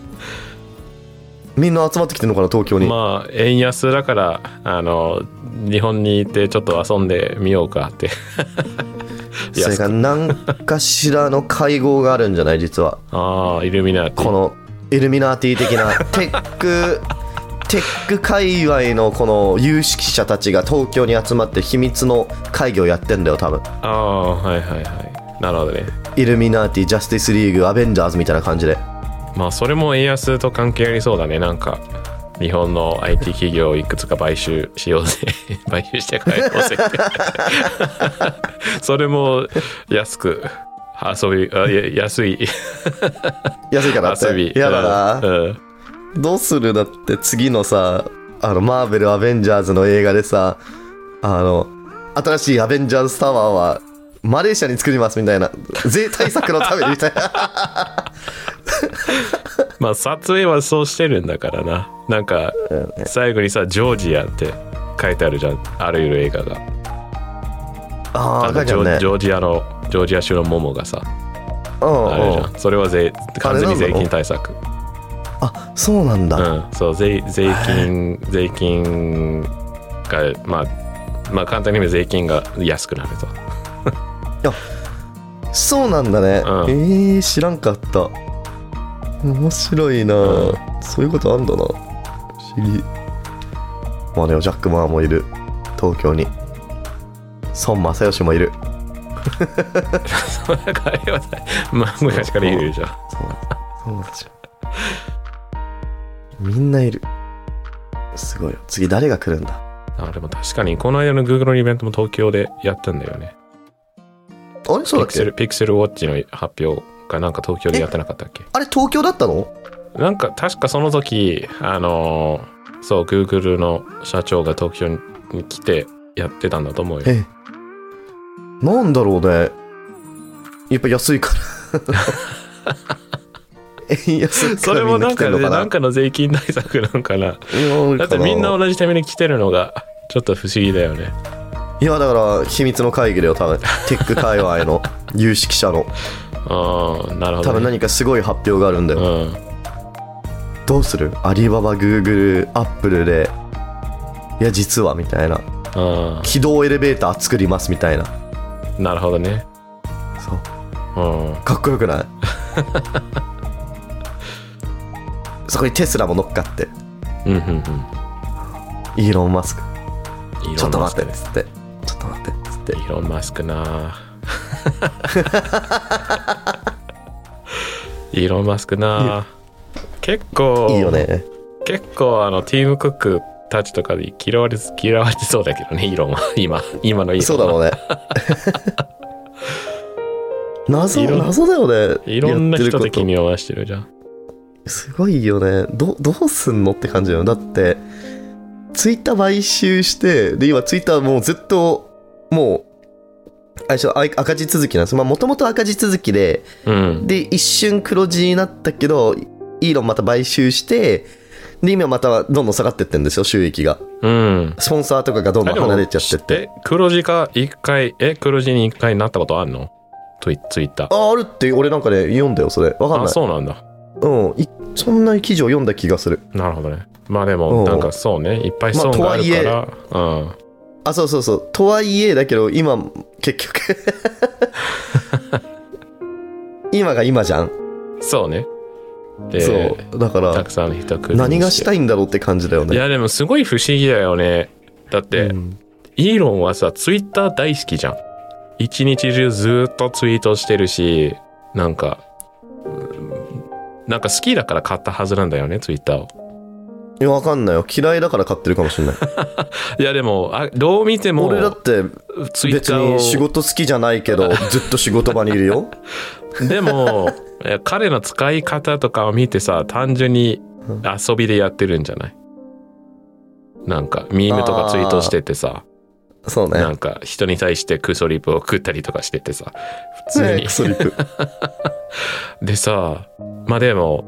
[LAUGHS] みんな集まってきてるのかな東京に、まあ円安だからあの日本にいてちょっと遊んでみようかって [LAUGHS] そ [LAUGHS] れが何かしらの会合があるんじゃない実はああイルミナーティこのイルミナーティ的なテックテック界隈のこの有識者たちが東京に集まって秘密の会議をやってんだよ多分ああはいはいはいなるほどねイルミナーティジャスティスリーグアベンジャーズみたいな感じでまあそれも円安と関係ありそうだねなんか日本の IT 企業をいくつか買収しようぜ [LAUGHS] 買収して帰ろうぜ [LAUGHS] それも安く遊びあや安い安いからって遊びやだな、うんうんどうするだって次のさあのマーベル・アベンジャーズの映画でさあの新しいアベンジャーズタワーはマレーシアに作りますみたいな税対策のためにみたいなまあ撮影はそうしてるんだからななんか最後にさ「ジョージア」って書いてあるじゃんあらゆる映画があ [LAUGHS] ああ書のいてあるねジョジョージアのジョージア州のモモがさうんあれじうゃんんそれは税完全に税金対策あそうなんだ、うん、そう税税金税金がまあまあ簡単に言えば税金が安くなると [LAUGHS] そうなんだね、うんえー、知らんかった面白いな、うんそういうことあんだな不思議まあでもジャック・マーもいる東京に孫正義もいるそんな会話ないまあ昔から言うじゃそんうそうなんですよみんないるすごいよ次誰が来るんだあでも確かにこの間の Google のイベントも東京でやったんだよねあれそうだピっクセけルピクセルウォッチの発表がなんか東京でやってなかったっけあれ東京だったのなんか確かその時あのーそう Google の社長が東京に来てやってたんだと思うよえなんだろうねやっぱ安いから [LAUGHS] 円安それもなんか,、ね、なんかの税金対策なんかないやだってみんな同じために来てるのが [LAUGHS] ちょっと不思議だよね。いやだから秘密の会議だよ多分テック界隈 [LAUGHS] の有識者のああ、なるほ多ど、分ね。何かすごい発表があるんだよ、うん。どうするアリババグーグルアップルでいや実はみたいなあ軌道エレベーター作りますみたいなあ、なるほどね。そううん。かっこよく [LAUGHS] ないそこにテスラも乗っかってうんうんうん。イーロン・マスクイちょーロっンとマス待ってクっつってちょっと待ってっつってイーロンマスクな。 [LAUGHS] イーロンマスクな。結構、いいよね結構あの、ティーム・クックたちとかで嫌われず嫌われてそうだけどね、イーロンは。今、今のイーロンそうだろは。う [LAUGHS] ね謎いろん謎だよねいろんなやって人る的ことにはしてるじゃん。すごいよねどどうすんのって感じだよだってツイッター買収してで今ツイッターもうずっともうあれでしょあい赤字続きなんですもともと赤字続きでうん。で一瞬黒字になったけどイーロンまた買収してで今またどんどん下がってってんですよ収益がうん。スポンサーとかがどんどん離れちゃってってえ黒字か一回え黒字に一回なったことあんのツイツイッターああるって俺なんかね読んだよそれわかんあないそうなんだうんいそんな記事を読んだ気がするなるほどねまあでうもんなんかそうねいっぱい損まあがあるから、あそうそうそうとはいえだけど今結 [LAUGHS] 局今が今じゃんそうねでそうだかたらくさんの人来る何がしたいいんだろうって感じだよねいやでもすごい不思議だよねだって、うんイーロンはさツイッター大好きじゃん一日中ずっとツイートしてるしなんかうんなんか好きだから買ったはずなんだよねツイッターをいやわかんないよ嫌いだから買ってるかもしれないいやでもあどう見ても俺だってツイッ別ターをに仕事好きじゃないけどずっと仕事場にいるよでもえ彼の使い方とかを見てさ単純にうん遊びでやってるんじゃないなんかミームとかツイートしててさそうねなんか人に対してクソリップを食ったりとかしててさ普通ねにクソリップでさまあでも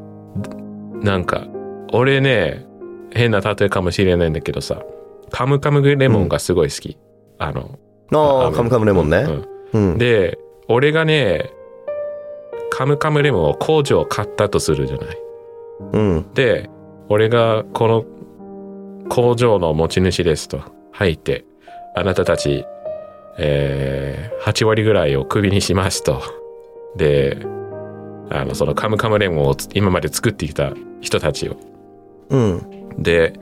なんか俺ね変な例えかもしれないんだけどさカムカムレモンがすごい好き、あのあ [LAUGHS] ああのカムカムレモンねうんで俺がねカムカムレモンを工場を買ったとするじゃないうんで俺がこの工場の持ち主ですと入ってあなたたち、えー8割ぐらいをクビにしますとであのそのカムカムレモンをつ今まで作ってきた人たちをうんで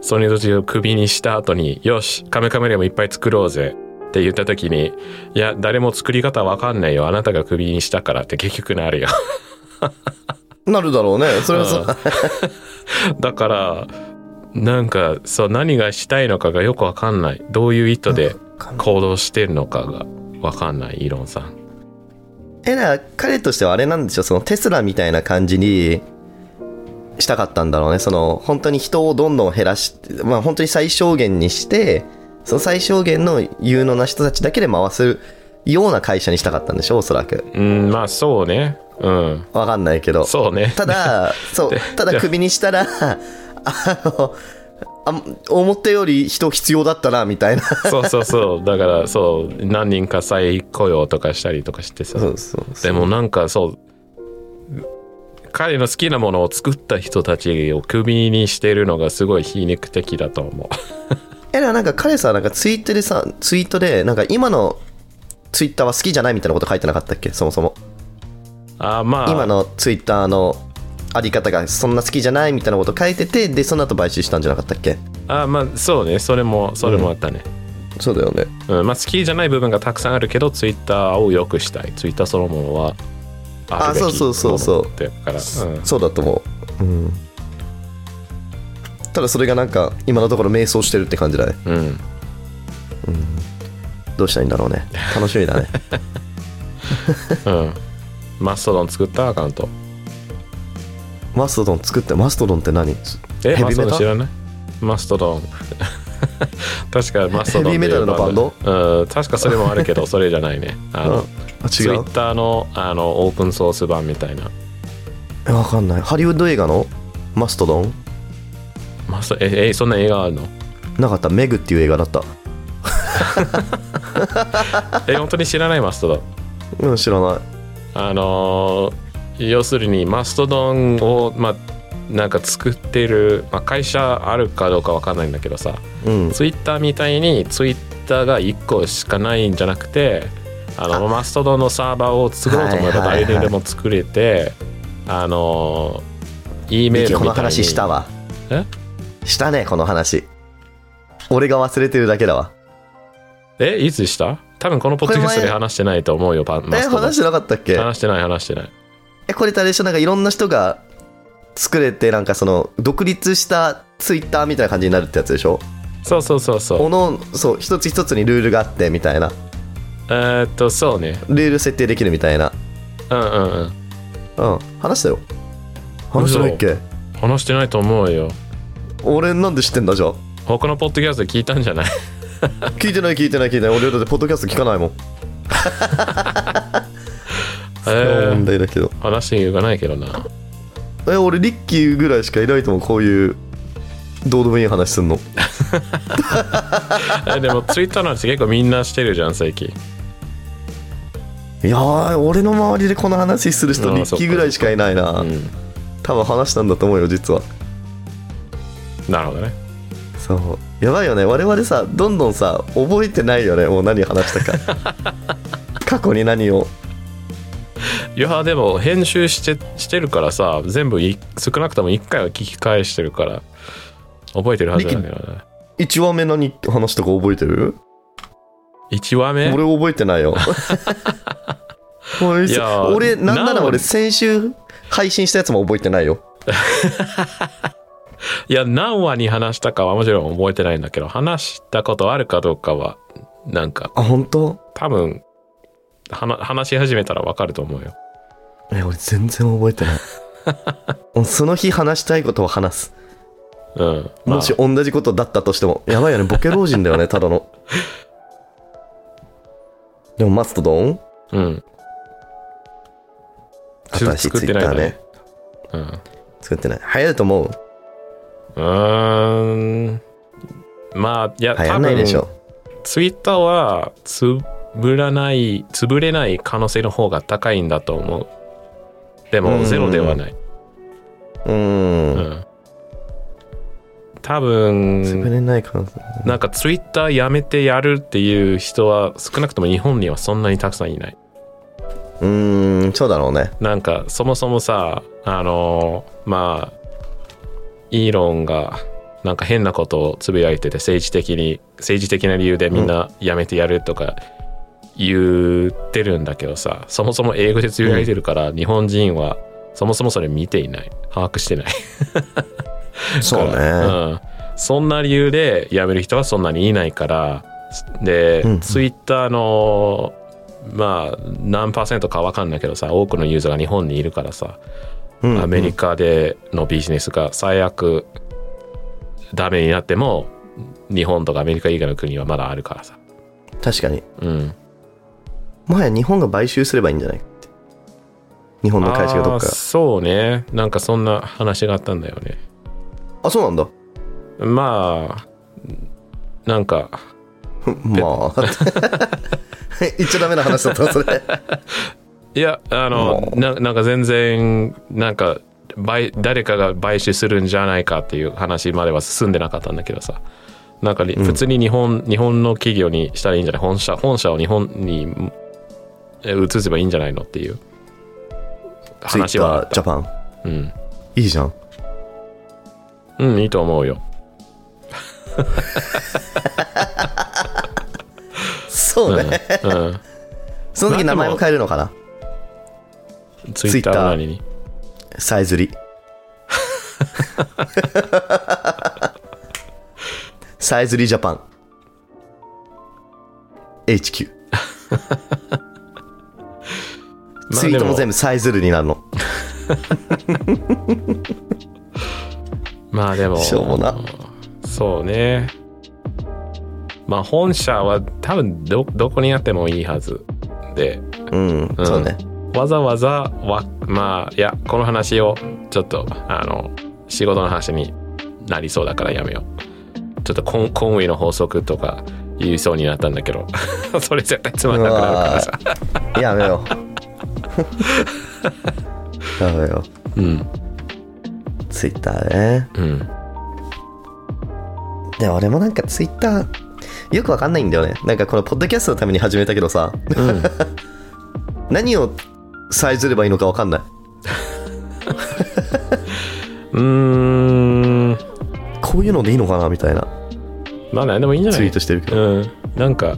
その人たちをクビにした後によしカムカムレモンいっぱい作ろうぜって言った時にいや誰も作り方わかんないよあなたがクビにしたからって結局なるよなるだろうねそれはそう [LAUGHS] だからなんかそう何がしたいのかがよくわかんないどういう意図で行動してるのかがわかんないイーロンさんえら彼としてはあれなんでしょそのテスラみたいな感じにしたかったんだろうねその本当に人をどんどん減らしてまあ本当に最小限にしてその最小限の有能な人たちだけで回すような会社にしたかったんでしょおそらくうんまあそうねうんわかんないけどそうねた [LAUGHS] だそうただクビにしたらあのあ思ったより人必要だったなみたいなそうそうそうだからそう何人か再雇用とかしたりとかしてさそうそうそうでもなんかそう彼の好きなものを作った人たちをクビにしてるのがすごい皮肉的だと思えでもなんか彼さなんかツイートでさツイートでなんか今のツイッターは好きじゃないみたいなこと書いてなかったっけそもそもうあーまあ今のツイッターのあり方がそんな好きじゃないみたいなこと書いててでその後買収したんじゃなかったっけあーまあそうねそれもそれもあったね、そうだよねうん、まあ好きじゃない部分がたくさんあるけどツイッターを良くしたいツイッターそのものはあるべきあそうそうそうそうものだから、うん、そうだと思ううんただそれがなんか今のところ迷走してるって感じだねうん、どうしたらいいんだろうね楽しみ [LAUGHS] だねうん、マストドン作ったアカウントマストドン作ってマストドンって何えヘマビストメドタン知らないマストドン [LAUGHS] 確かマストドンヘビーメタルのバンドっていううん確かそれもあるけどそれじゃないねあうんのあツイ違ッうターのあのオープンソース版みたいなえわかんないハリウッド映画のマストドンマストええそんな映画あ [LAUGHS] るのなかったメグっていう映画だったえ本当に知らないマストドンうん知らないあのー要するにマストドンを、まあ、なんか作ってる、まあ、会社あるかどうかわかんないんだけどさうんツイッターみたいにツイッターが1個しかないんじゃなくてあのマストドンのサーバーを作ろうと思えばはいはいはい誰にでも作れて、あのー、E メミーキルこみのたいに話したわえしたねこの話俺が忘れてるだけだわえいつした多分このポッドキャストで話してないと思うよパンえマストドン話してなかったっけ話してない話してないえこれってあれでしょなんかいろんな人が作れてなんかその独立したツイッターみたいな感じになるってやつでしょそうそうそうそうおのそう一つ一つにルールがあってみたいなえーっとそうねルール設定できるみたいなうんうんうんうん話したよ話してないっけ話してないと思うよ俺なんで知ってんだじゃあ他のポッドキャストで聞いたん [LAUGHS] じゃない聞いてない聞いてない聞いてない俺だってポッドキャスト聞かないもん、え問ー、題だけど話がないけどなえ俺リッキーぐらいしかいないともこういうどうでもいい話すんのえでもツイッターの話結構みんなしてるじゃん最近いやー俺の周りでこの話する人あーリッキーぐらいしかいないな、うん多分話したんだと思うよ実はなるほどねそうやばいよね我々さどんどんさ覚えてないよねもう何話した [LAUGHS] か過去に何をいやでも編集してしてるからさ全部い少なくとも1回は聞き返してるから覚えてるはずなんだよね1話目何話したか覚えてる1話目俺覚えてない [LAUGHS] よ俺いや俺なんならな俺先週配信したやつも覚えてないよいや何話に話したかはもちろん覚えてないんだけど話したことあるかどうかはなんかあ本当多分はな話し始めたらわかると思うよえ俺全然覚えてない [LAUGHS] うんその日話したいことを話すうん、まあもし同じことだったとしても、やばいよねボケ老人だよ [LAUGHS] ねただのでもマストドンうんちょ新しい作ツっイてッないタんーだねねうん作ってない流行ると思ううーんまあいや流行多らない分でしょツイッターは潰らない潰れない可能性の方が高いんだと思うでうもんゼロではないううんん多潰分れない可能性なんかツイッターやめてやるっていう人は少なくとも日本にはそんなにたくさんいないうーんそうだろうねなんかそもそもさあのーまあイーロンがなんか変なことをつぶやいてて政治的に政治的な理由でみんなやめてやるとか言ってるんだけどさ、そもそも英語でつぶやいてるから日本人はそもそもそれ見ていない把握してないそうねうん、そんな理由で辞める人はそんなにいないからで、うんツイッターのまあ何パーセントか分かんないけどさ多くのユーザーが日本にいるからさ、うんアメリカでのビジネスが最悪ダメになっても日本とかアメリカ以外の国はまだあるからさ、確かにうん、もはや日本が買収すればいいんじゃないって日本の会社がどっかあーそうねなんかそんな話があったんだよねあそうなんだまあなんかまあ [LAUGHS] [LAUGHS] 言っちゃダメな話だったわそれいやあのもうななんか全然なんか買誰かが買収するんじゃないかっていう話までは進んでなかったんだけどさなんかに普通に日本、日本の企業にしたらいいんじゃない本社本社を日本にえ移せばいいんじゃないのっていう話はあっ Twitter ジャパンたうん、いいじゃんうん、いいと思うよそうね、うんその時名前を変えるのかなツイッタ Twitter ーの何にサイズリサイズリジャパン HQ まあツイートでも全部サイズルになるのまあでもしょうもなそうねまあ本社は多分どどこにあってもいいはずでうん、うんそうねわざわざわまあいやこの話をちょっとあの仕事の話になりそうだからやめようちょっとコ [LAUGHS] ンコンウィの法則とか言いそうになったんだけど [LAUGHS] それ絶対つまんなくなるからさやめようやめようんうツイッターねうんでも俺もなんかツイッターよくわかんないんだよねなんかこのポッドキャストのために始めたけどさうん何をサイズればいいのかわかんないうーんこういうのでいいのかなみたいなまあ何でもいいんじゃないツイートしてるけど [LAUGHS] うんなんか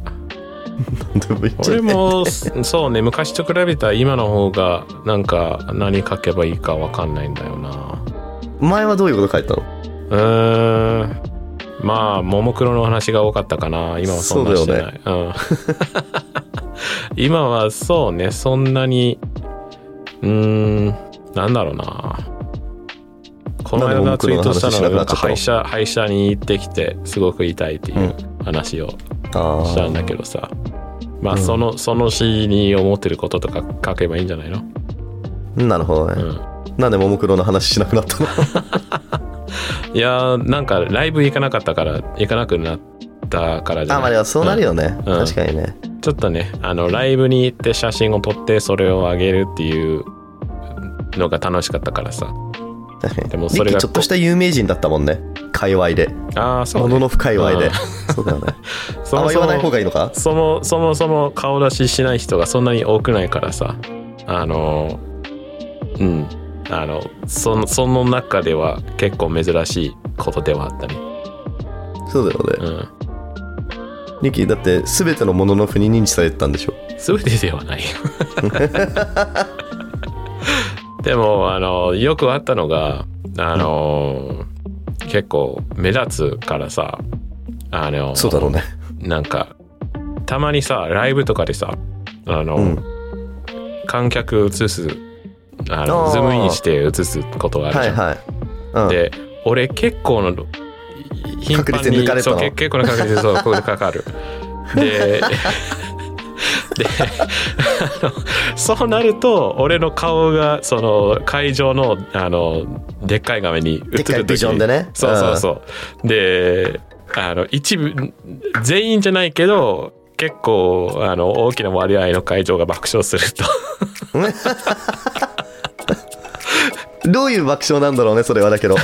何でもいいんじゃ俺ないも [LAUGHS] そうね昔と比べたら今の方がなんか何書けばいいかわかんないんだよな前はどういうこと書いたのうーんまあももクロの話が多かったかな今はそんなしてないうん、 [LAUGHS] 今はそうねそんなにうーんなんだろうなこのなんでも間もクツイローのトした話しなのくがななっんちゃったかの廃車廃車に行ってきてすごく痛いっていう話をあーしたんだけどさまあその、その詩に思ってることとか書けばいいんじゃないの、なるほどうね、ん、なんでももクロの話しなくな [LAUGHS] ったのいやーなんかライブ行かなかったから行かなくなったからじゃあまあないでもそうなるよね、うん確かにねちょっとねあのライブに行って写真を撮ってそれをあげるっていうのが楽しかったからさ確かにでもそミッれがキーちょっとした有名人だったもんね界隈でああそう、ものね、の深い界隈でう [LAUGHS] そうだよねそあんもま [LAUGHS] そ言わないも方がいいのかそもそもそも顔出ししない人がそんなに多くないからさあのうんあのそのその中では結構珍しいことではあったねそうだよねうんミッキーだって全てのもののふに認知されてたんでしょ全てでは [LAUGHS] ないよでもあのよくあったのがあの、結構目立つからさあのそうだろうねなんかたまにさライブとかでさあの、うん観客映すあのあーズームインして映すことがあるはじいゃん、はいうんで俺結構のい頻繁確率でに抜かれたそのうけ結構な確率でそうここでか [LAUGHS] かるで [LAUGHS] であのそうなると俺の顔がその会場のあのでっかい画面に映でるっかい時ビジョンでねそうそうそう。で、あの、一部、全員じゃないけど、結構、あの、大きな割合の会場が爆笑す [LAUGHS] ると。うん [LAUGHS] どういう爆笑なんだろうねそれはだけ [LAUGHS] ど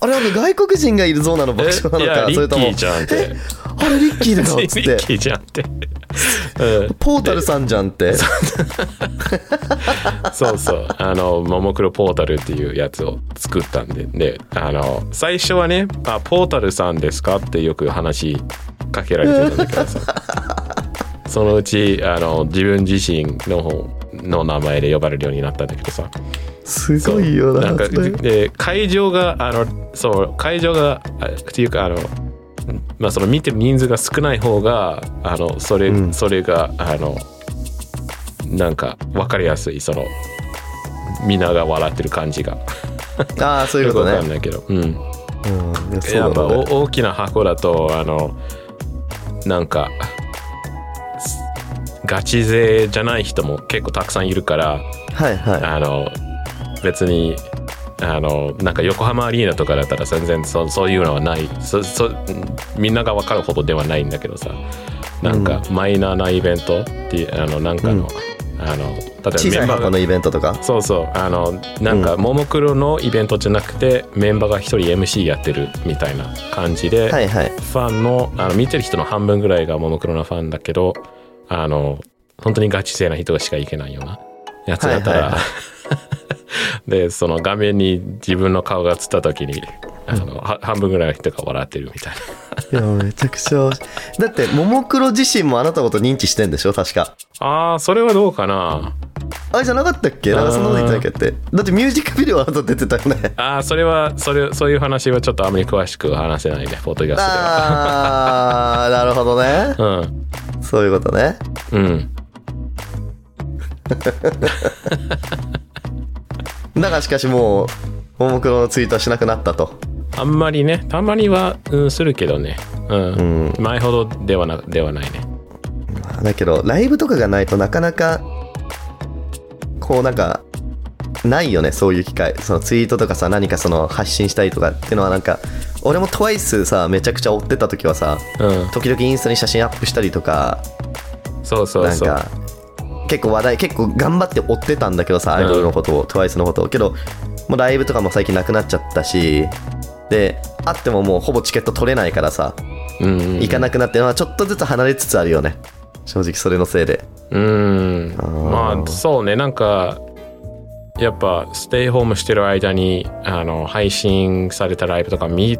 あれはね外国人がいるゾーンなの爆笑えいなのや、かリそッれキともーじゃんって。あれリッキーだよ [LAUGHS] リっつってッキーじゃ [LAUGHS] んって。うん、ポータルさんじゃんって [LAUGHS] そうそう。あの、ももクロポータルっていうやつを作ったんで、で、あの、最初はね、あ、ポータルさんですかってよく話しかけられてたんだけどさ。そのうち、あの、自分自身の方の名前で呼ばれるようになったんだけどさ。すそうごいよななんかそれで会場があのそう会場があっていうかあのまあその見てる人数が少ない方があのそれ、うんそれがあのなんか分かりやすいそのみんなが笑ってる感じがああそういようくことわかんねないけど、うん、うんいやそうやだっぱろうねお大きな箱だとあのなんかすガチ勢じゃない人も結構たくさんいるからはいはいあの別にあのなんか横浜アリーナとかだったら全然そそういうのはないそそみんなが分かるほどではないんだけどさなんかマイナーなイベントっていうあのなんかの,、あの例えば小さメいンバー箱がのイベントとかそうそうあのなんかももクロのイベントじゃなくて、メンバーが一人 MC やってるみたいな感じで、はいはいファンのあの見てる人の半分ぐらいがももクロのファンだけどあの本当にガチ勢な人しかいけないようなやつだったら、はいはい [LAUGHS] でその画面に自分の顔が映った時にあの、は半分ぐらいの人が笑ってるみたいな [LAUGHS] いやめちゃくちゃだってももクロ自身もあなたのこと認知してんでしょ確かああそれはどうかなあれじゃなかったっけなんかそんなこと言ってなきゃってだってミュージックビデオあなた出てたよねああそれはそれそういう話はちょっとあまり詳しく話せないねポッドキャストではああなるほどねうんそういうことねうんだがしかしもうももクロのツイートはしなくなったとあんまりねたまには、うん、するけどねうん、うん前ほどではなではないねだけどライブとかがないとなかなかこうなんかないよねそういう機会そのツイートとかさ何かその発信したりとかっていうのはなんか俺も TWICE さめちゃくちゃ追ってた時はさうん時々インスタに写真アップしたりとかそうそうなんそうか結構話題結構頑張って追ってたんだけどさアイドルのことを TWICE のことをけどもうライブとかも最近なくなっちゃったしであってももうほぼチケット取れないからさうんうん行かなくなってまあちょっとずつ離れつつあるよね正直それのせいでうんーまあそうねなんかやっぱステイホームしてる間にあの配信されたライブとか見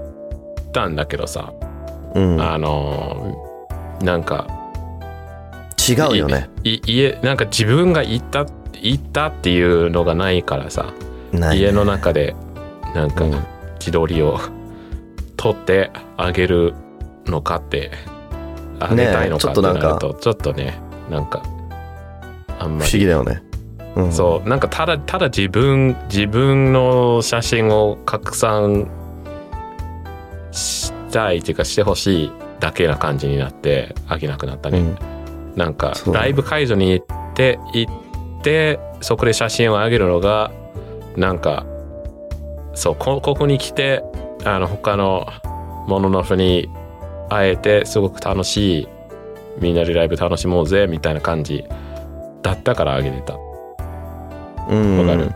たんだけどさ、うんあのなんか違うよねい家なんか自分が行った行ったっていうのがないからさ、ないね家の中でなんかうん自撮りを撮ってあげるのかってあげたいのかってなねえると、ちょっとねなんか不あんま思り議だよね、うん、そうなんかただただ自分自分の写真を拡散したいっていうかしてほしいだけな感じになってあげなくなったうね、んなんかそうだねライブ会場に行って行ってそこで写真を上げるのがなんかそうこここに来てあの他のもののふに会えてすごく楽しいみんなでライブ楽しもうぜみたいな感じだったからあげてたうんわかる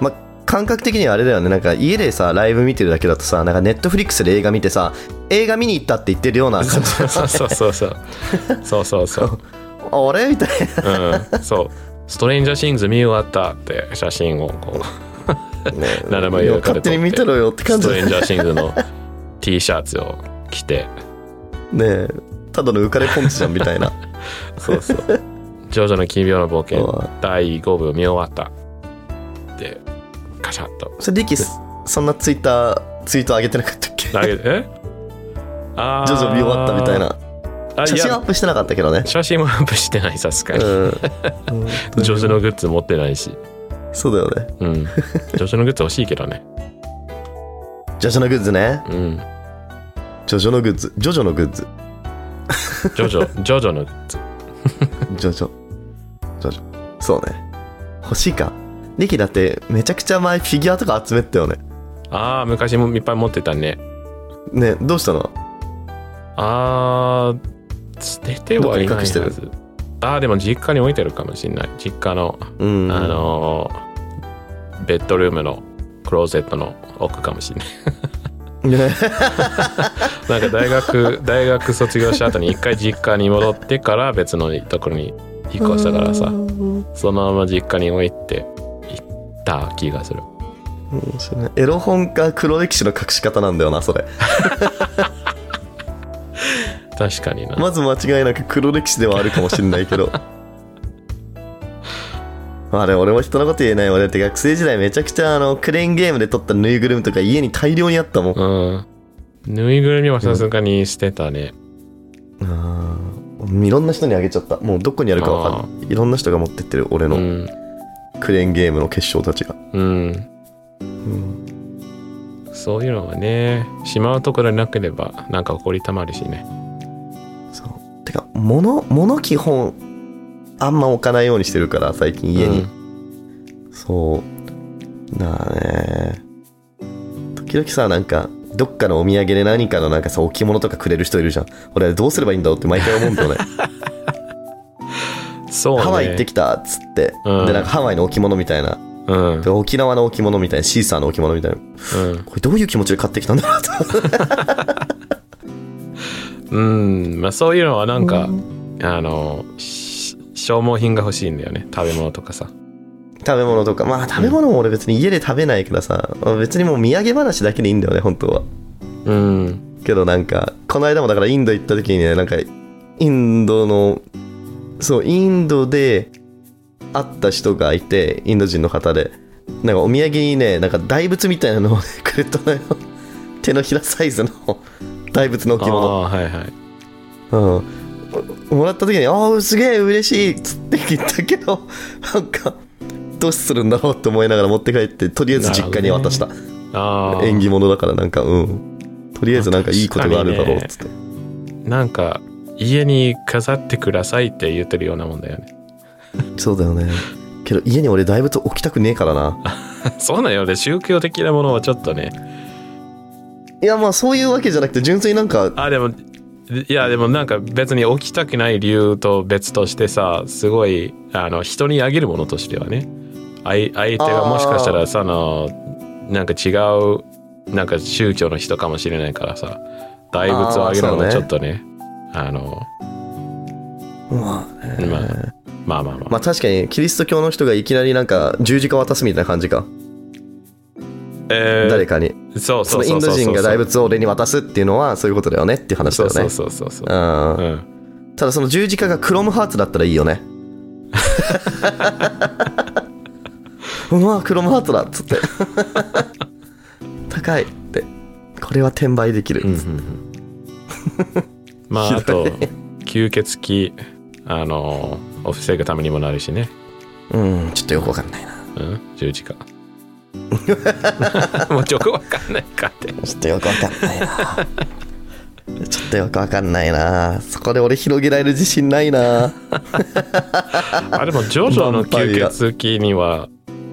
ま感覚的にはあれだよねなんか家でさライブ見てるだけだとさなんかネットフリックスで映画見てさ映画見に行ったって言ってるような [LAUGHS] 感じそうそうそうそうそうそうそうあれみたいうんそう「ストレンジャーシングズ見終わった」って写真をこうな、ね、斜め上から勝撮って手に見てろよって感スじトだレよンジャーシングズの T シャツを着てねえただの浮かれポンチじゃんみ [LAUGHS] たいなそうそう「ジョジョの奇妙な冒う険わ」第5部見終わったでカシャッとそれリキそんなツイッターツイート上げてなかった [LAUGHS] っけ投げてえあ徐々に見終わったみたいなあい写真アやップしてなかったけどね写真もアップしてないさすがうに、んうん [LAUGHS] ジョジョのグッズ持ってないしそうだよねうんジョジョのグッズ欲しいけどねジョジョのグッズねうんジョジョのグッズジョジョのグッズジョジョジョジョのグッズジョジョジョジョそうね欲しいかリキだってめちゃくちゃ前フィギュアとか集めてたよねああ昔もいっぱい持ってたねねどうしたのあー捨ててはいないはずどこに隠あーでも実家に置いてるかもしれない実家の、うんあのーベッドルームのクローゼットの奥かもしれない [LAUGHS] ねなんか大 [LAUGHS] 学大学卒業した後に一回実家に戻ってから別のところに引っ越した [LAUGHS] からさうんそのまま実家に置いて行った気がするそうねエロ本か黒歴史の隠し方なんだよなそれ確かにな、まず間違いなく黒歴史ではあるかもしれないけどあれ俺も人のこと言えない俺だって学生時代めちゃくちゃあのクレーンゲームで取ったぬいぐるみとか家に大量にあったもんうんぬいぐるみはさすがに捨てたね、あーいろんな人にあげちゃったもうどこにあるかわかんないいろんな人が持ってってる俺うのんクレーンゲームの結晶たちが、うんうんそういうのはねしまうところなければなんか怒りたまるしねそうてか物物基本あんま置かないようにしてるから最近家に、うんそう。だからね。時々さ、なんか、どっかのお土産で何かのなんかさ、置物とかくれる人いるじゃん。俺、あれどうすればいいんだろうって毎回思うんだよ [LAUGHS] ね。そうねハワイ行ってきたっつって、うんで、なんかハワイの置物みたいな。うんうんで沖縄の置物みたいな、シーサーの置物みたいな。これどういう気持ちで買ってきたんだろうと。うんまあそういうのはなんか、うあのし消耗品が欲しいんだよね食べ物とかさ食べ物とか。まあ、食べ物も俺別に家で食べないからさ、別にもう土産話だけでいいんだよね、本当は。うんけどなんかこの間もだからインド行った時にねなんかインドのそうインドで会った人がいてインド人の方でなんかお土産にねなんか大仏みたいなのをね [LAUGHS] くれたのよ手のひらサイズの大仏のあ置物、あはいはいうん、もらった時に「ああすげえ嬉しい」っつって言ったけど [LAUGHS] なんかどうするんだろうって思いながら持って帰ってとりあえず実家に渡した、ああ縁起物だからなんかうんとりあえずなんかいいことがあるだろうっつって。なんか家に飾ってくださいって言ってるようなもんだよね [LAUGHS] そうだよね。けど家に俺大仏置きたくねえから [LAUGHS] な。そうなんよね宗教的なものはちょっとねいやまあそういうわけじゃなくて純粋になんか、あでもいやでもなんか別に起きたくない理由と別としてさすごいあの人にあげるものとしてはね相相手がもしかしたあらそのなんか違うなんか宗教の人かもしれないからさ大仏をあげるのあはーちそうねょっとねあのまあねまあまあまあまあ、まあ確かにキリスト教の人がいきなりなんか十字架渡すみたいな感じか。えー誰かに。そうそそのうイそンうドそう人が大仏を俺に渡すっていうのはそういうことだよねっていう話だそうよね。そうそうそうそううんうんただその十字架がクロムハーツだったらいいよね。うわクロムハーツだっつ [LAUGHS] って。高いって。これは転売できる。 [LAUGHS] うんうんうんまああひどとい吸血鬼あのを防ぐためにもなるしねうん、ちょっとよくわかんないな。うん十 [LAUGHS] 字架もう直わかんないかってちょっとよくわかんないな。 [LAUGHS] ちょっとよくわかんないな。そこで俺広げられる自信ないな。あでもジョジョバンのパ吸イア血鬼には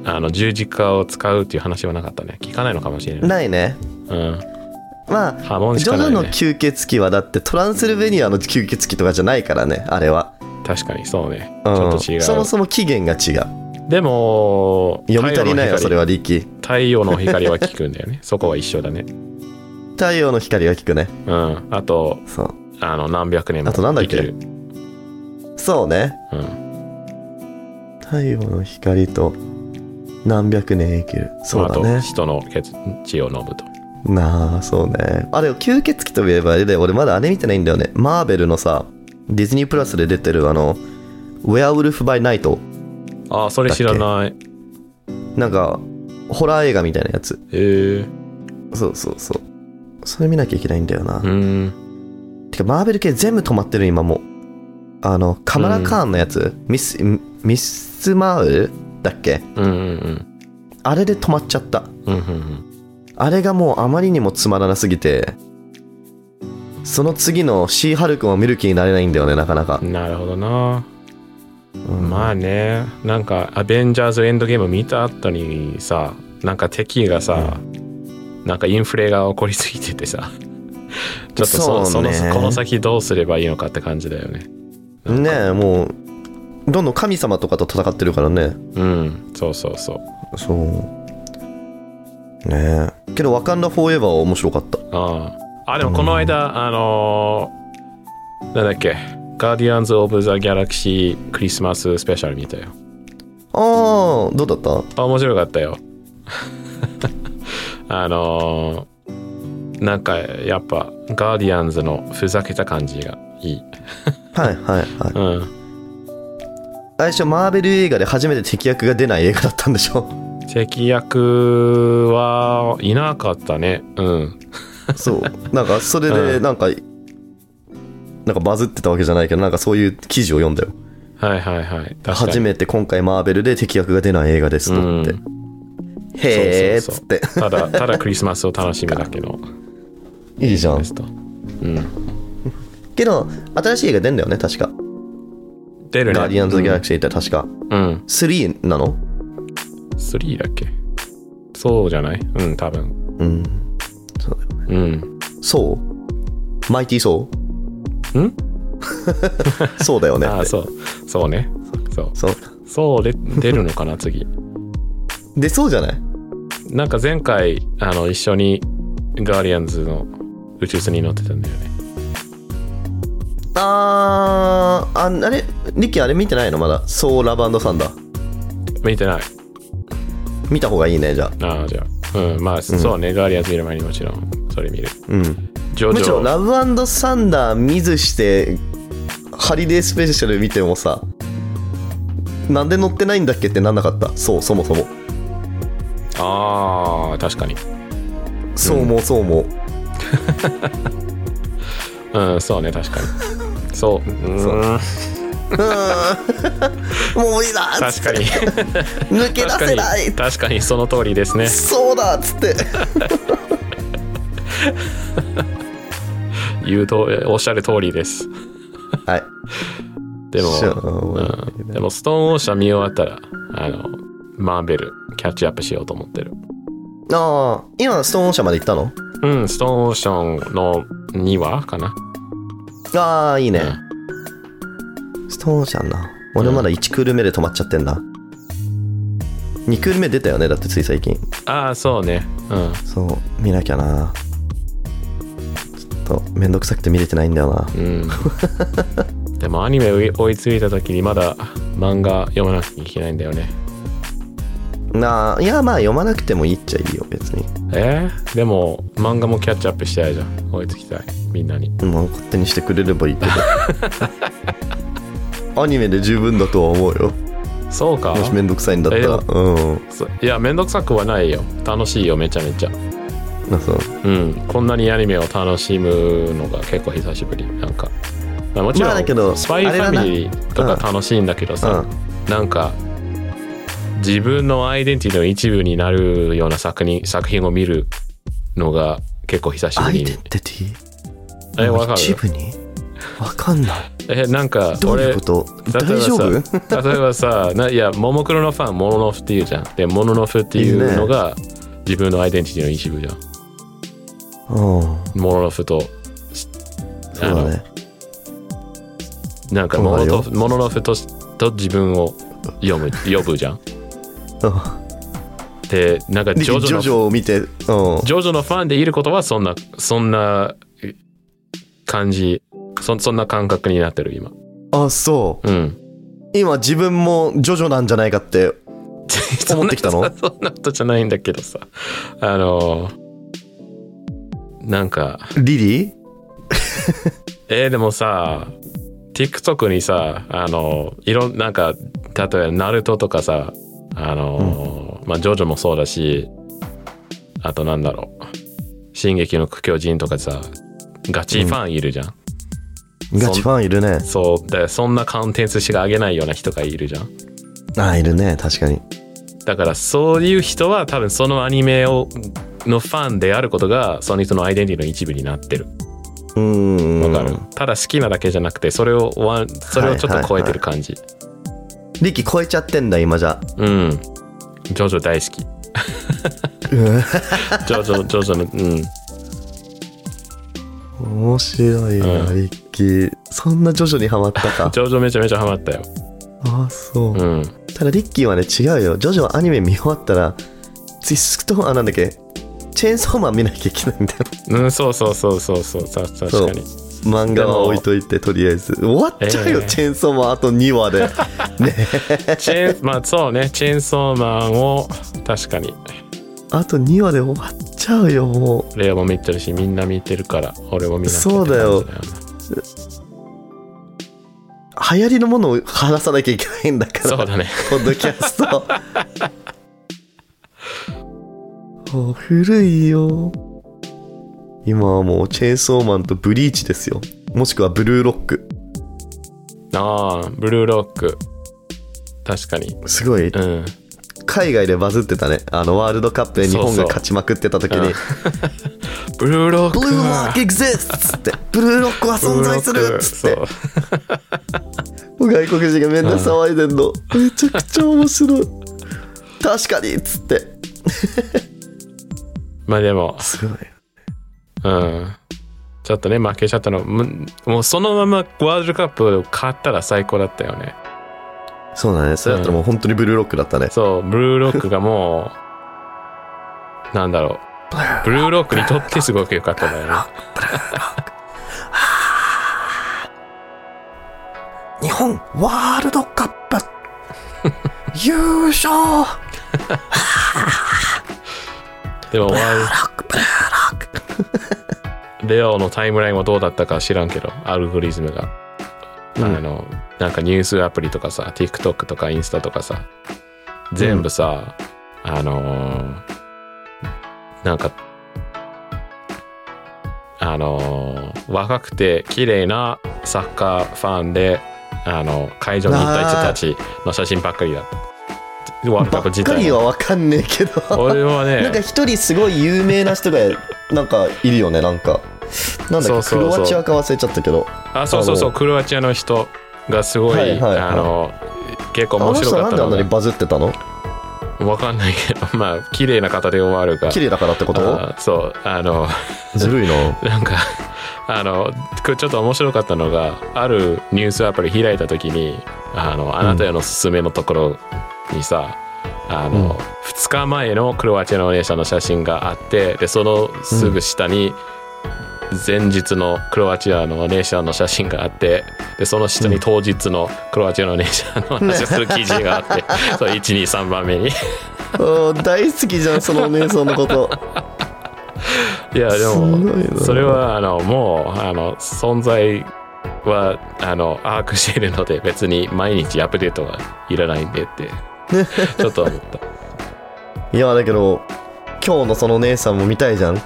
あの十字架を使うっていう話はなかったね聞かないのかもしれない、ないね。うん、まあ、波紋しジかョジなョいのね吸血鬼はだってトランスルベニアの吸血鬼とかじゃないからね、あれは。確かにそうね、うんちょっと違うそもそも起源が違う。でも読み足りないよ、太陽の光それは、リッキー。太陽の光は効くんだよねそこは一緒だね太陽の光が効くね。うんあとそう。あの何百年もあとなんだっけ生きるそうね。うん太陽の光と何百年生きる。そうだあとね。人の血血を飲むとなあ、そうね。あ、でも吸血鬼といえばあれで、俺まだあれ見てないんだよね。マーベルのさ、ディズニープラスで出てるあの、ウェアウルフ・バイ・ナイト。ああそれ知らないなんか、ホラー映画みたいなやつ。えー、そうそうそう。それ見なきゃいけないんだよな。うんてか、マーベル系全部止まってる、今もう。あの、カマラ・カーンのやつ、ミス、ミス・マーウルだっけうんうんあれで止まっちゃった。うんうんうんあれがもうあまりにもつまらなすぎて、その次のシー・ハルクを見る気になれないんだよね、なかなかう。んなるほどなうんまあねなんか「アベンジャーズ・エンドゲーム」見た後にさなんか敵がさ、なんかインフレが起こりすぎてて [LAUGHS] さちょっとそそそうねのこの先どうすればいいのかって感じだよねねえもうどんどん神様とかと戦ってるからねうんそうそうそうそうねえけど「ワカンダ・フォーエバー」は面白かったあああでもこの間、あのーなんだっけ「ガーディアンズ・オブ・ザ・ギャラクシー・クリスマス・スペシャル」見たよああどうだったあ面白かったよ [LAUGHS] あのーなんかやっぱガーディアンズのふざけた感じがいいはいはいはいうん最初マーベル映画で初めて敵役が出ない映画だったんでしょ [LAUGHS] 敵役はいなかったねうんそうなんかそれでうんなんか、なんかバズってたわけじゃないけどなんかそういう記事を読んだよはいはいはい確かに初めて今回マーベルで敵役が出ない映画ですとって、うんへえっそうつそっうそてうただただクリスマスを楽しむだけのいいじゃんですとうんけど新しい映画出んだよね確か出「るねガーディアンズ・ギャラクシー」って確かうん、うん、 3なの3だっけそうじゃないうん多分うんうんそうマイティーソーん [LAUGHS] そうだよねあっあてそうそうねそうそうそうで出るの [LAUGHS] かな次でそうじゃないなんか前回あの一緒にガーディアンズの宇宙船に乗ってたんだよねあーああれリッキーあれ見てないのまだソーラブサンダー見てない見た方がいいねじゃあああじゃあうんまあ、そうねガーディアンズ見る前にもちろんそれ見るうんジョむジしろョラブサンダー見ずしてハリデースペシャル見てもさなんで乗ってないんだっけってなんなかったそうそもそもああ確かにそうもそうも、うんそうね確かにそううんそううーんもう無理だっつ確っ [LAUGHS] かてに抜け出確せなかいに確かにその通りですねそうだっつって言うとおっしゃる通りですはいでも、しょうがないうん、でもストーンオーシャン見終わったらあのマーベルキャッチアップしようと思ってるああ今ストーンオーシャンまで行ったのうんストーンオーシャンの2話かなああいいね、うストーンオーシャンな俺まだ1クール目で止まっちゃってんだ、2クール目出たよねだってつい最近ああそうねうんそう見なきゃなちょっとめんどくさくて見れてないんだよなうん [LAUGHS] でもアニメ追い追いついた時にまだ漫画読まなきゃいけないんだよねなあいやまあ読まなくてもいいっちゃいいよ別にえー、でも漫画もキャッチアップしたいじゃん追いつきたいみんなにもう勝手にしてくれればいい [LAUGHS] けどアニメで十分だとは思うよそうかもしめんどくさいんだったらえうんそいやめんどくさくはないよ楽しいよめちゃめちゃなそううんこんなにアニメを楽しむのが結構久しぶりなんか、まあ、もちろん、まあだけどスパイファミリーとあれだかな楽しいんだけどうさ、んなんか自分のアイデンティティの一部になるような作品作品を見るのが結構久しぶアりイデにンティティえわかる一部にわかんないえなんかどうい俺うこと例え大ばさ丈夫 [LAUGHS] 例えばさないやももクロのファンモノノフっていうじゃんでモノノフっていうのが自分のアイデンティティの一部じゃんうんモノノフとそうだねなんかモわかるノよノフ [LAUGHS] モノノフとしと自分を読む呼ぶじゃんうんでなんかでジョジョのジョを見て、うん。ジョジョのファンでいることはそんなそんなえ感じそそんな感覚になってる今あ、そう。うん [LAUGHS] 今自分もジョジョなんじゃないかって。思ってきたのそんな [LAUGHS] そんなことじゃないんだけどさあのなんかリリーえー、でもさ TikTok にさあのいろんなんか例えばナルトとかさあの、まあジョジョもそうだしあとなんだろう「進撃の苦境人」とかさガチファンいるじゃん、ガチファンいるね。そうでそんなコンテンツしかあげないような人がいるじゃんあ、いるね。確かに。だからそういう人は多分そのアニメをのファンであることがその人のアイデンティティの一部になってるうーわん。かる、ただ好きなだけじゃなくてそれをわんそれをちょっと超えてる感じ、リキ超えちゃってんだ、今じゃ。うん。ジョジョ大好き。ジョジ [LAUGHS] ョ、ジョジョの、うん。面白いな、うリキ。そんなジョジョにハマったか。ジョジ [LAUGHS] ョめちゃめちゃハマったよ。あ、そう。うん。ただリッキーはね違うよジョジョはアニメ見終わったらツイストあなんだっけチェーンソーマン見なきゃいけないんだようん、そうそうそうそうそう、た確かに。漫画は置いといてとりあえず終わっちゃうよ、ええチェーンソーマンあと2話でチェ [LAUGHS] ーン、まあそうね、チェーンソーマンを、確かに。あと2話で終わっちゃうよもレオも見てるし、みんな見てるから、俺も見なきゃってそうだよ感じう流行りのものを話さなきゃいけないんだからそうだね。 [LAUGHS] ポッドキャスト [LAUGHS] もう古いよ今はもうチェーンソーマンとブリーチですよもしくはブルーロックああ、ブルーロック。確かに。すごいうん。海外でバズってたねあのワールドカップで日本が勝ちまくってた時にブルーロ「ッブクルーロック exists!」って「ブルーロックは存在する!」っつってそうもう外国人がみんな騒いでんのめちゃくちゃ面白い確かにっつってまあでも、すごいうん。ちょっとね、負けちゃったの。むもうそのままワールドカップを勝ったら最高だったよね。そうだねそれだったらもう本当にブルーロックだったねそう、ブルーロックがもう、なんだろう。ブルーロックにとってすごく良かったんだよね。日本ワールドカップ優勝でも、ワールレオのタイムラインはどうだったか知らんけど、アルゴリズムが。うんあの、なんかニュースアプリとかさ、TikTok とかインスタとかさ、全部さ、あのーなんか、あのー若くて綺麗なサッカーファンで、あの、会場に行った人たちの写真ばっかりだった。ワールドカばップっ自かり体は分かんねえけど俺はね、なんか一人すごい有名な人がなんかいるよねなんかなんだっけそうそうそうクロアチアか忘れちゃったけどあそうそうそあうクロアチアの人がすごい、はいはいはいあの結構あの面白人かなっんたであのんなにがバズってたのわかんないけどまあ綺麗な方で終わるが綺麗だからってことあそうあの [LAUGHS] ずるいななんかあのこれちょっと面白かったのがあるニュースアプリ開いた時にあのあなたへの勧めのところにさ、あうんの2日前のクロアチアのお姉さんの写真があってでそのすぐ下に前日のクロアチアのお姉さんの写真があってでその下に当日のクロアチアのお姉さんの話をする記事があ [LAUGHS] って、そう123番目にいおー大好きじゃんそのお姉さんのことやですごいもなそれはあのもうあの存在はあの把握しているので別に毎日アップデートはいらないんでって [LAUGHS] ちょっと思ったいやだけど今日のそのお姉さんも見たいじゃん今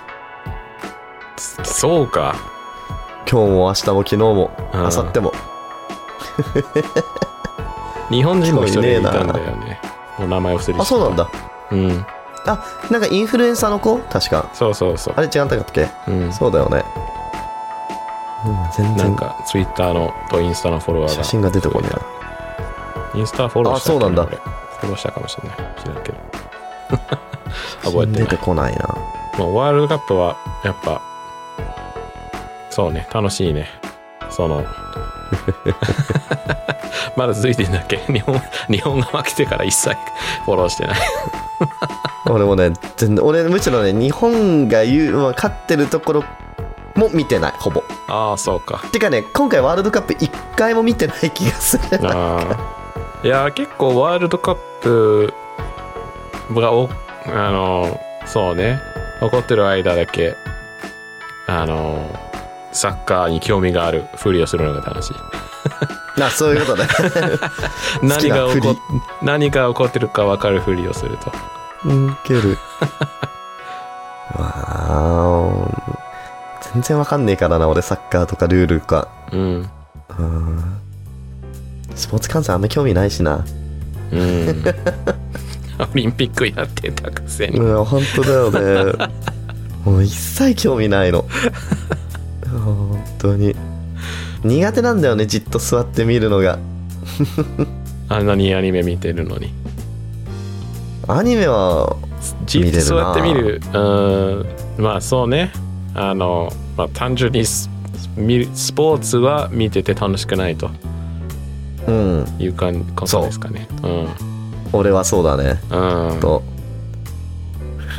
そうか日も明日も昨日もうん明後日も日本人も一人いたんだよねもう名前忘れちゃったあそうなんだうんあなんかインフルエンサーの子確かそうそうそうあれ違ったかったっけうんそうだよねうん全なん然かツイッターのとインスタのフォロワーが写真が出てこないなインスタフォローしたっけあそうなんだ俺フォローしたかもしれない知らんけど写覚えて真ない出てこないなもうワールドカップはやっぱそうね楽しいねその [LAUGHS] まだ続いてんだっけ [LAUGHS] 日本、日本が負けてから一切 [LAUGHS] フォローしてない。俺もね全然俺むしろね日本が言う、まあ、勝ってるところも見てないほぼああ、そうか。てかね今回ワールドカップ1回も見てない気がする [LAUGHS] あーいやー、結構ワールドカップがお、あのー、そうね、怒ってる間だけ、あのー、サッカーに興味があるふりをするのが楽しい。あそういうことね好何きながふ起りこ何が起こってるか分かるふりをすると。うんけ [LAUGHS] るわー全然わかんねえからな俺サッカーとかルールかうん。 [LAUGHS] うんスポーツ観戦あんま興味ないしなうん。オリンピックやってたくせに。うん本当だよ [LAUGHS] ねもう一切興味ないの本当に苦手なんだよねじっと座って見るのがあんなにアニメ見てるのに。アニメはじ見っれとるな座って見る。うん。まあそうね。あの、まあ単純にス見るスポーツは見てて楽しくないとうんいう感ことですかね。うん。俺はそうだねうん。と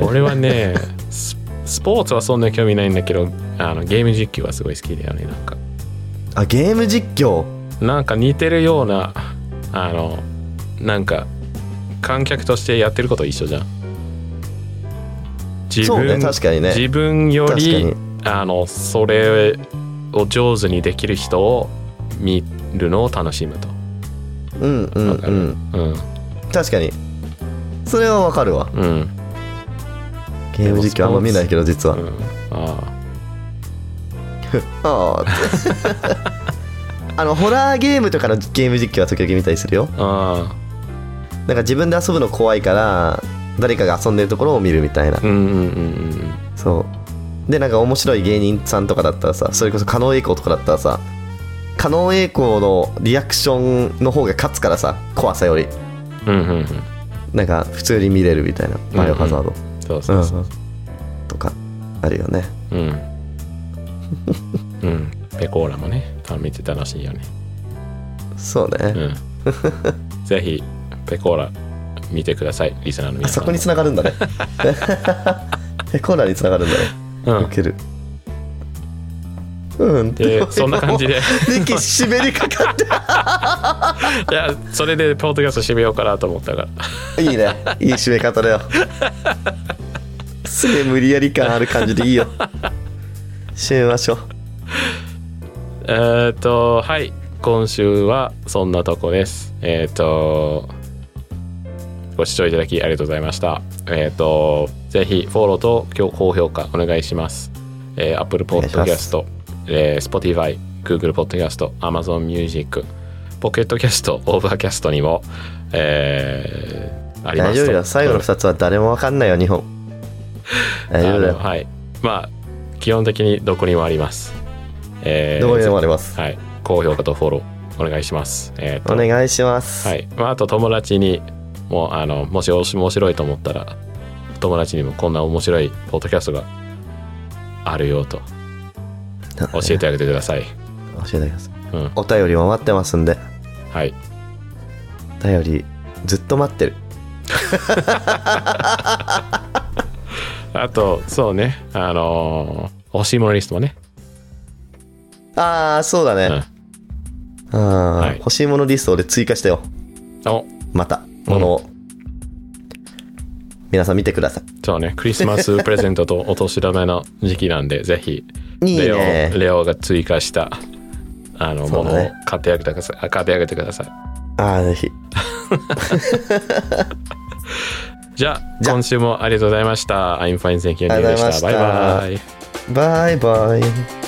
俺はね、ススポーツはそんなに興味ないんだけど、あのゲーム実況はすごい好きだよね。なんか。あゲーム実況なんか似てるようなあのなんか観客としてやってること一緒じゃん自そうね分確かにね自分よ確かりにあのそれを上手にできる人を見るのを楽しむと、うんうんわかうるんうん確かにそれはわかるわうんうん、ゲーム実況あんま見ないけど実は、あ [LAUGHS] ああ [LAUGHS] あのホラーゲームとかのゲーム実況は時々見たりするよああなんか自分で遊ぶの怖いから誰かが遊んでるところを見るみたいなあうんうんうんそうでなんか面白い芸人さんとかだったらさそれこそ狩野英孝とかだったらさ狩野英孝のリアクションの方が勝つからさ怖さよりうんうんうんうんなんか普通に見れるみたいなマリオハザード、そうそうそうとかあるよねうん、うん、ペコーラもね見て楽しいよねそうね、うん、ぜひペコーラ見てくださいリスナーのあ皆さそんこに繋がるんだ [LAUGHS] ねえコーナーに繋がるんだねうんウケるうんでそんな感じで [LAUGHS] リキ滑りかかっていやそれでポートキャスト締めようかなと思ったからいいね。いい締め方だよ。すげえ無理やり感ある感じでいいよ。締めましょう。えーっとはい今週はそんなとこですえーっとご視聴いただきありがとうございましたえーっとぜひフォローと今日高評価お願いします、えー、Apple 願いします Podcast、えー Spotify Google Podcast Amazon Music ポケットキャストオーバーキャストにもえーありま大す丈と夫よ。最後の2つは誰もわかんないよ、日本。大丈夫だあよ。のはいまあ基本的にどこにもありますえーどこにでもあります。はい、高評価とフォローお願いします。えーとお願いします。はいまあ、あと友達にもうあのもしおし面白いと思ったら友達にもこんな面白いポッドキャストがあるよと教教えてあげてください。教えてください。うん、お便りも待ってますんで。はい、お便り、ずっと待ってる。あとそうねあのー欲しいものリストもね、あー、そうだうね。ん、あーはい欲しいものリスト俺追加したよ。おまた、ものを。皆さん見てくださそうねクリスマスプレゼントとお年玉の時期なんでぜひい。いいレオね。レオが追加したあのそもうだのねを買ってあげてください、あ買ってあげてください。あー、ぜひ。じゃあじゃあ今週もありがとうございました。I'm fine, thank you. ありがとうございま Nick しでたバイバイ。バイバイ。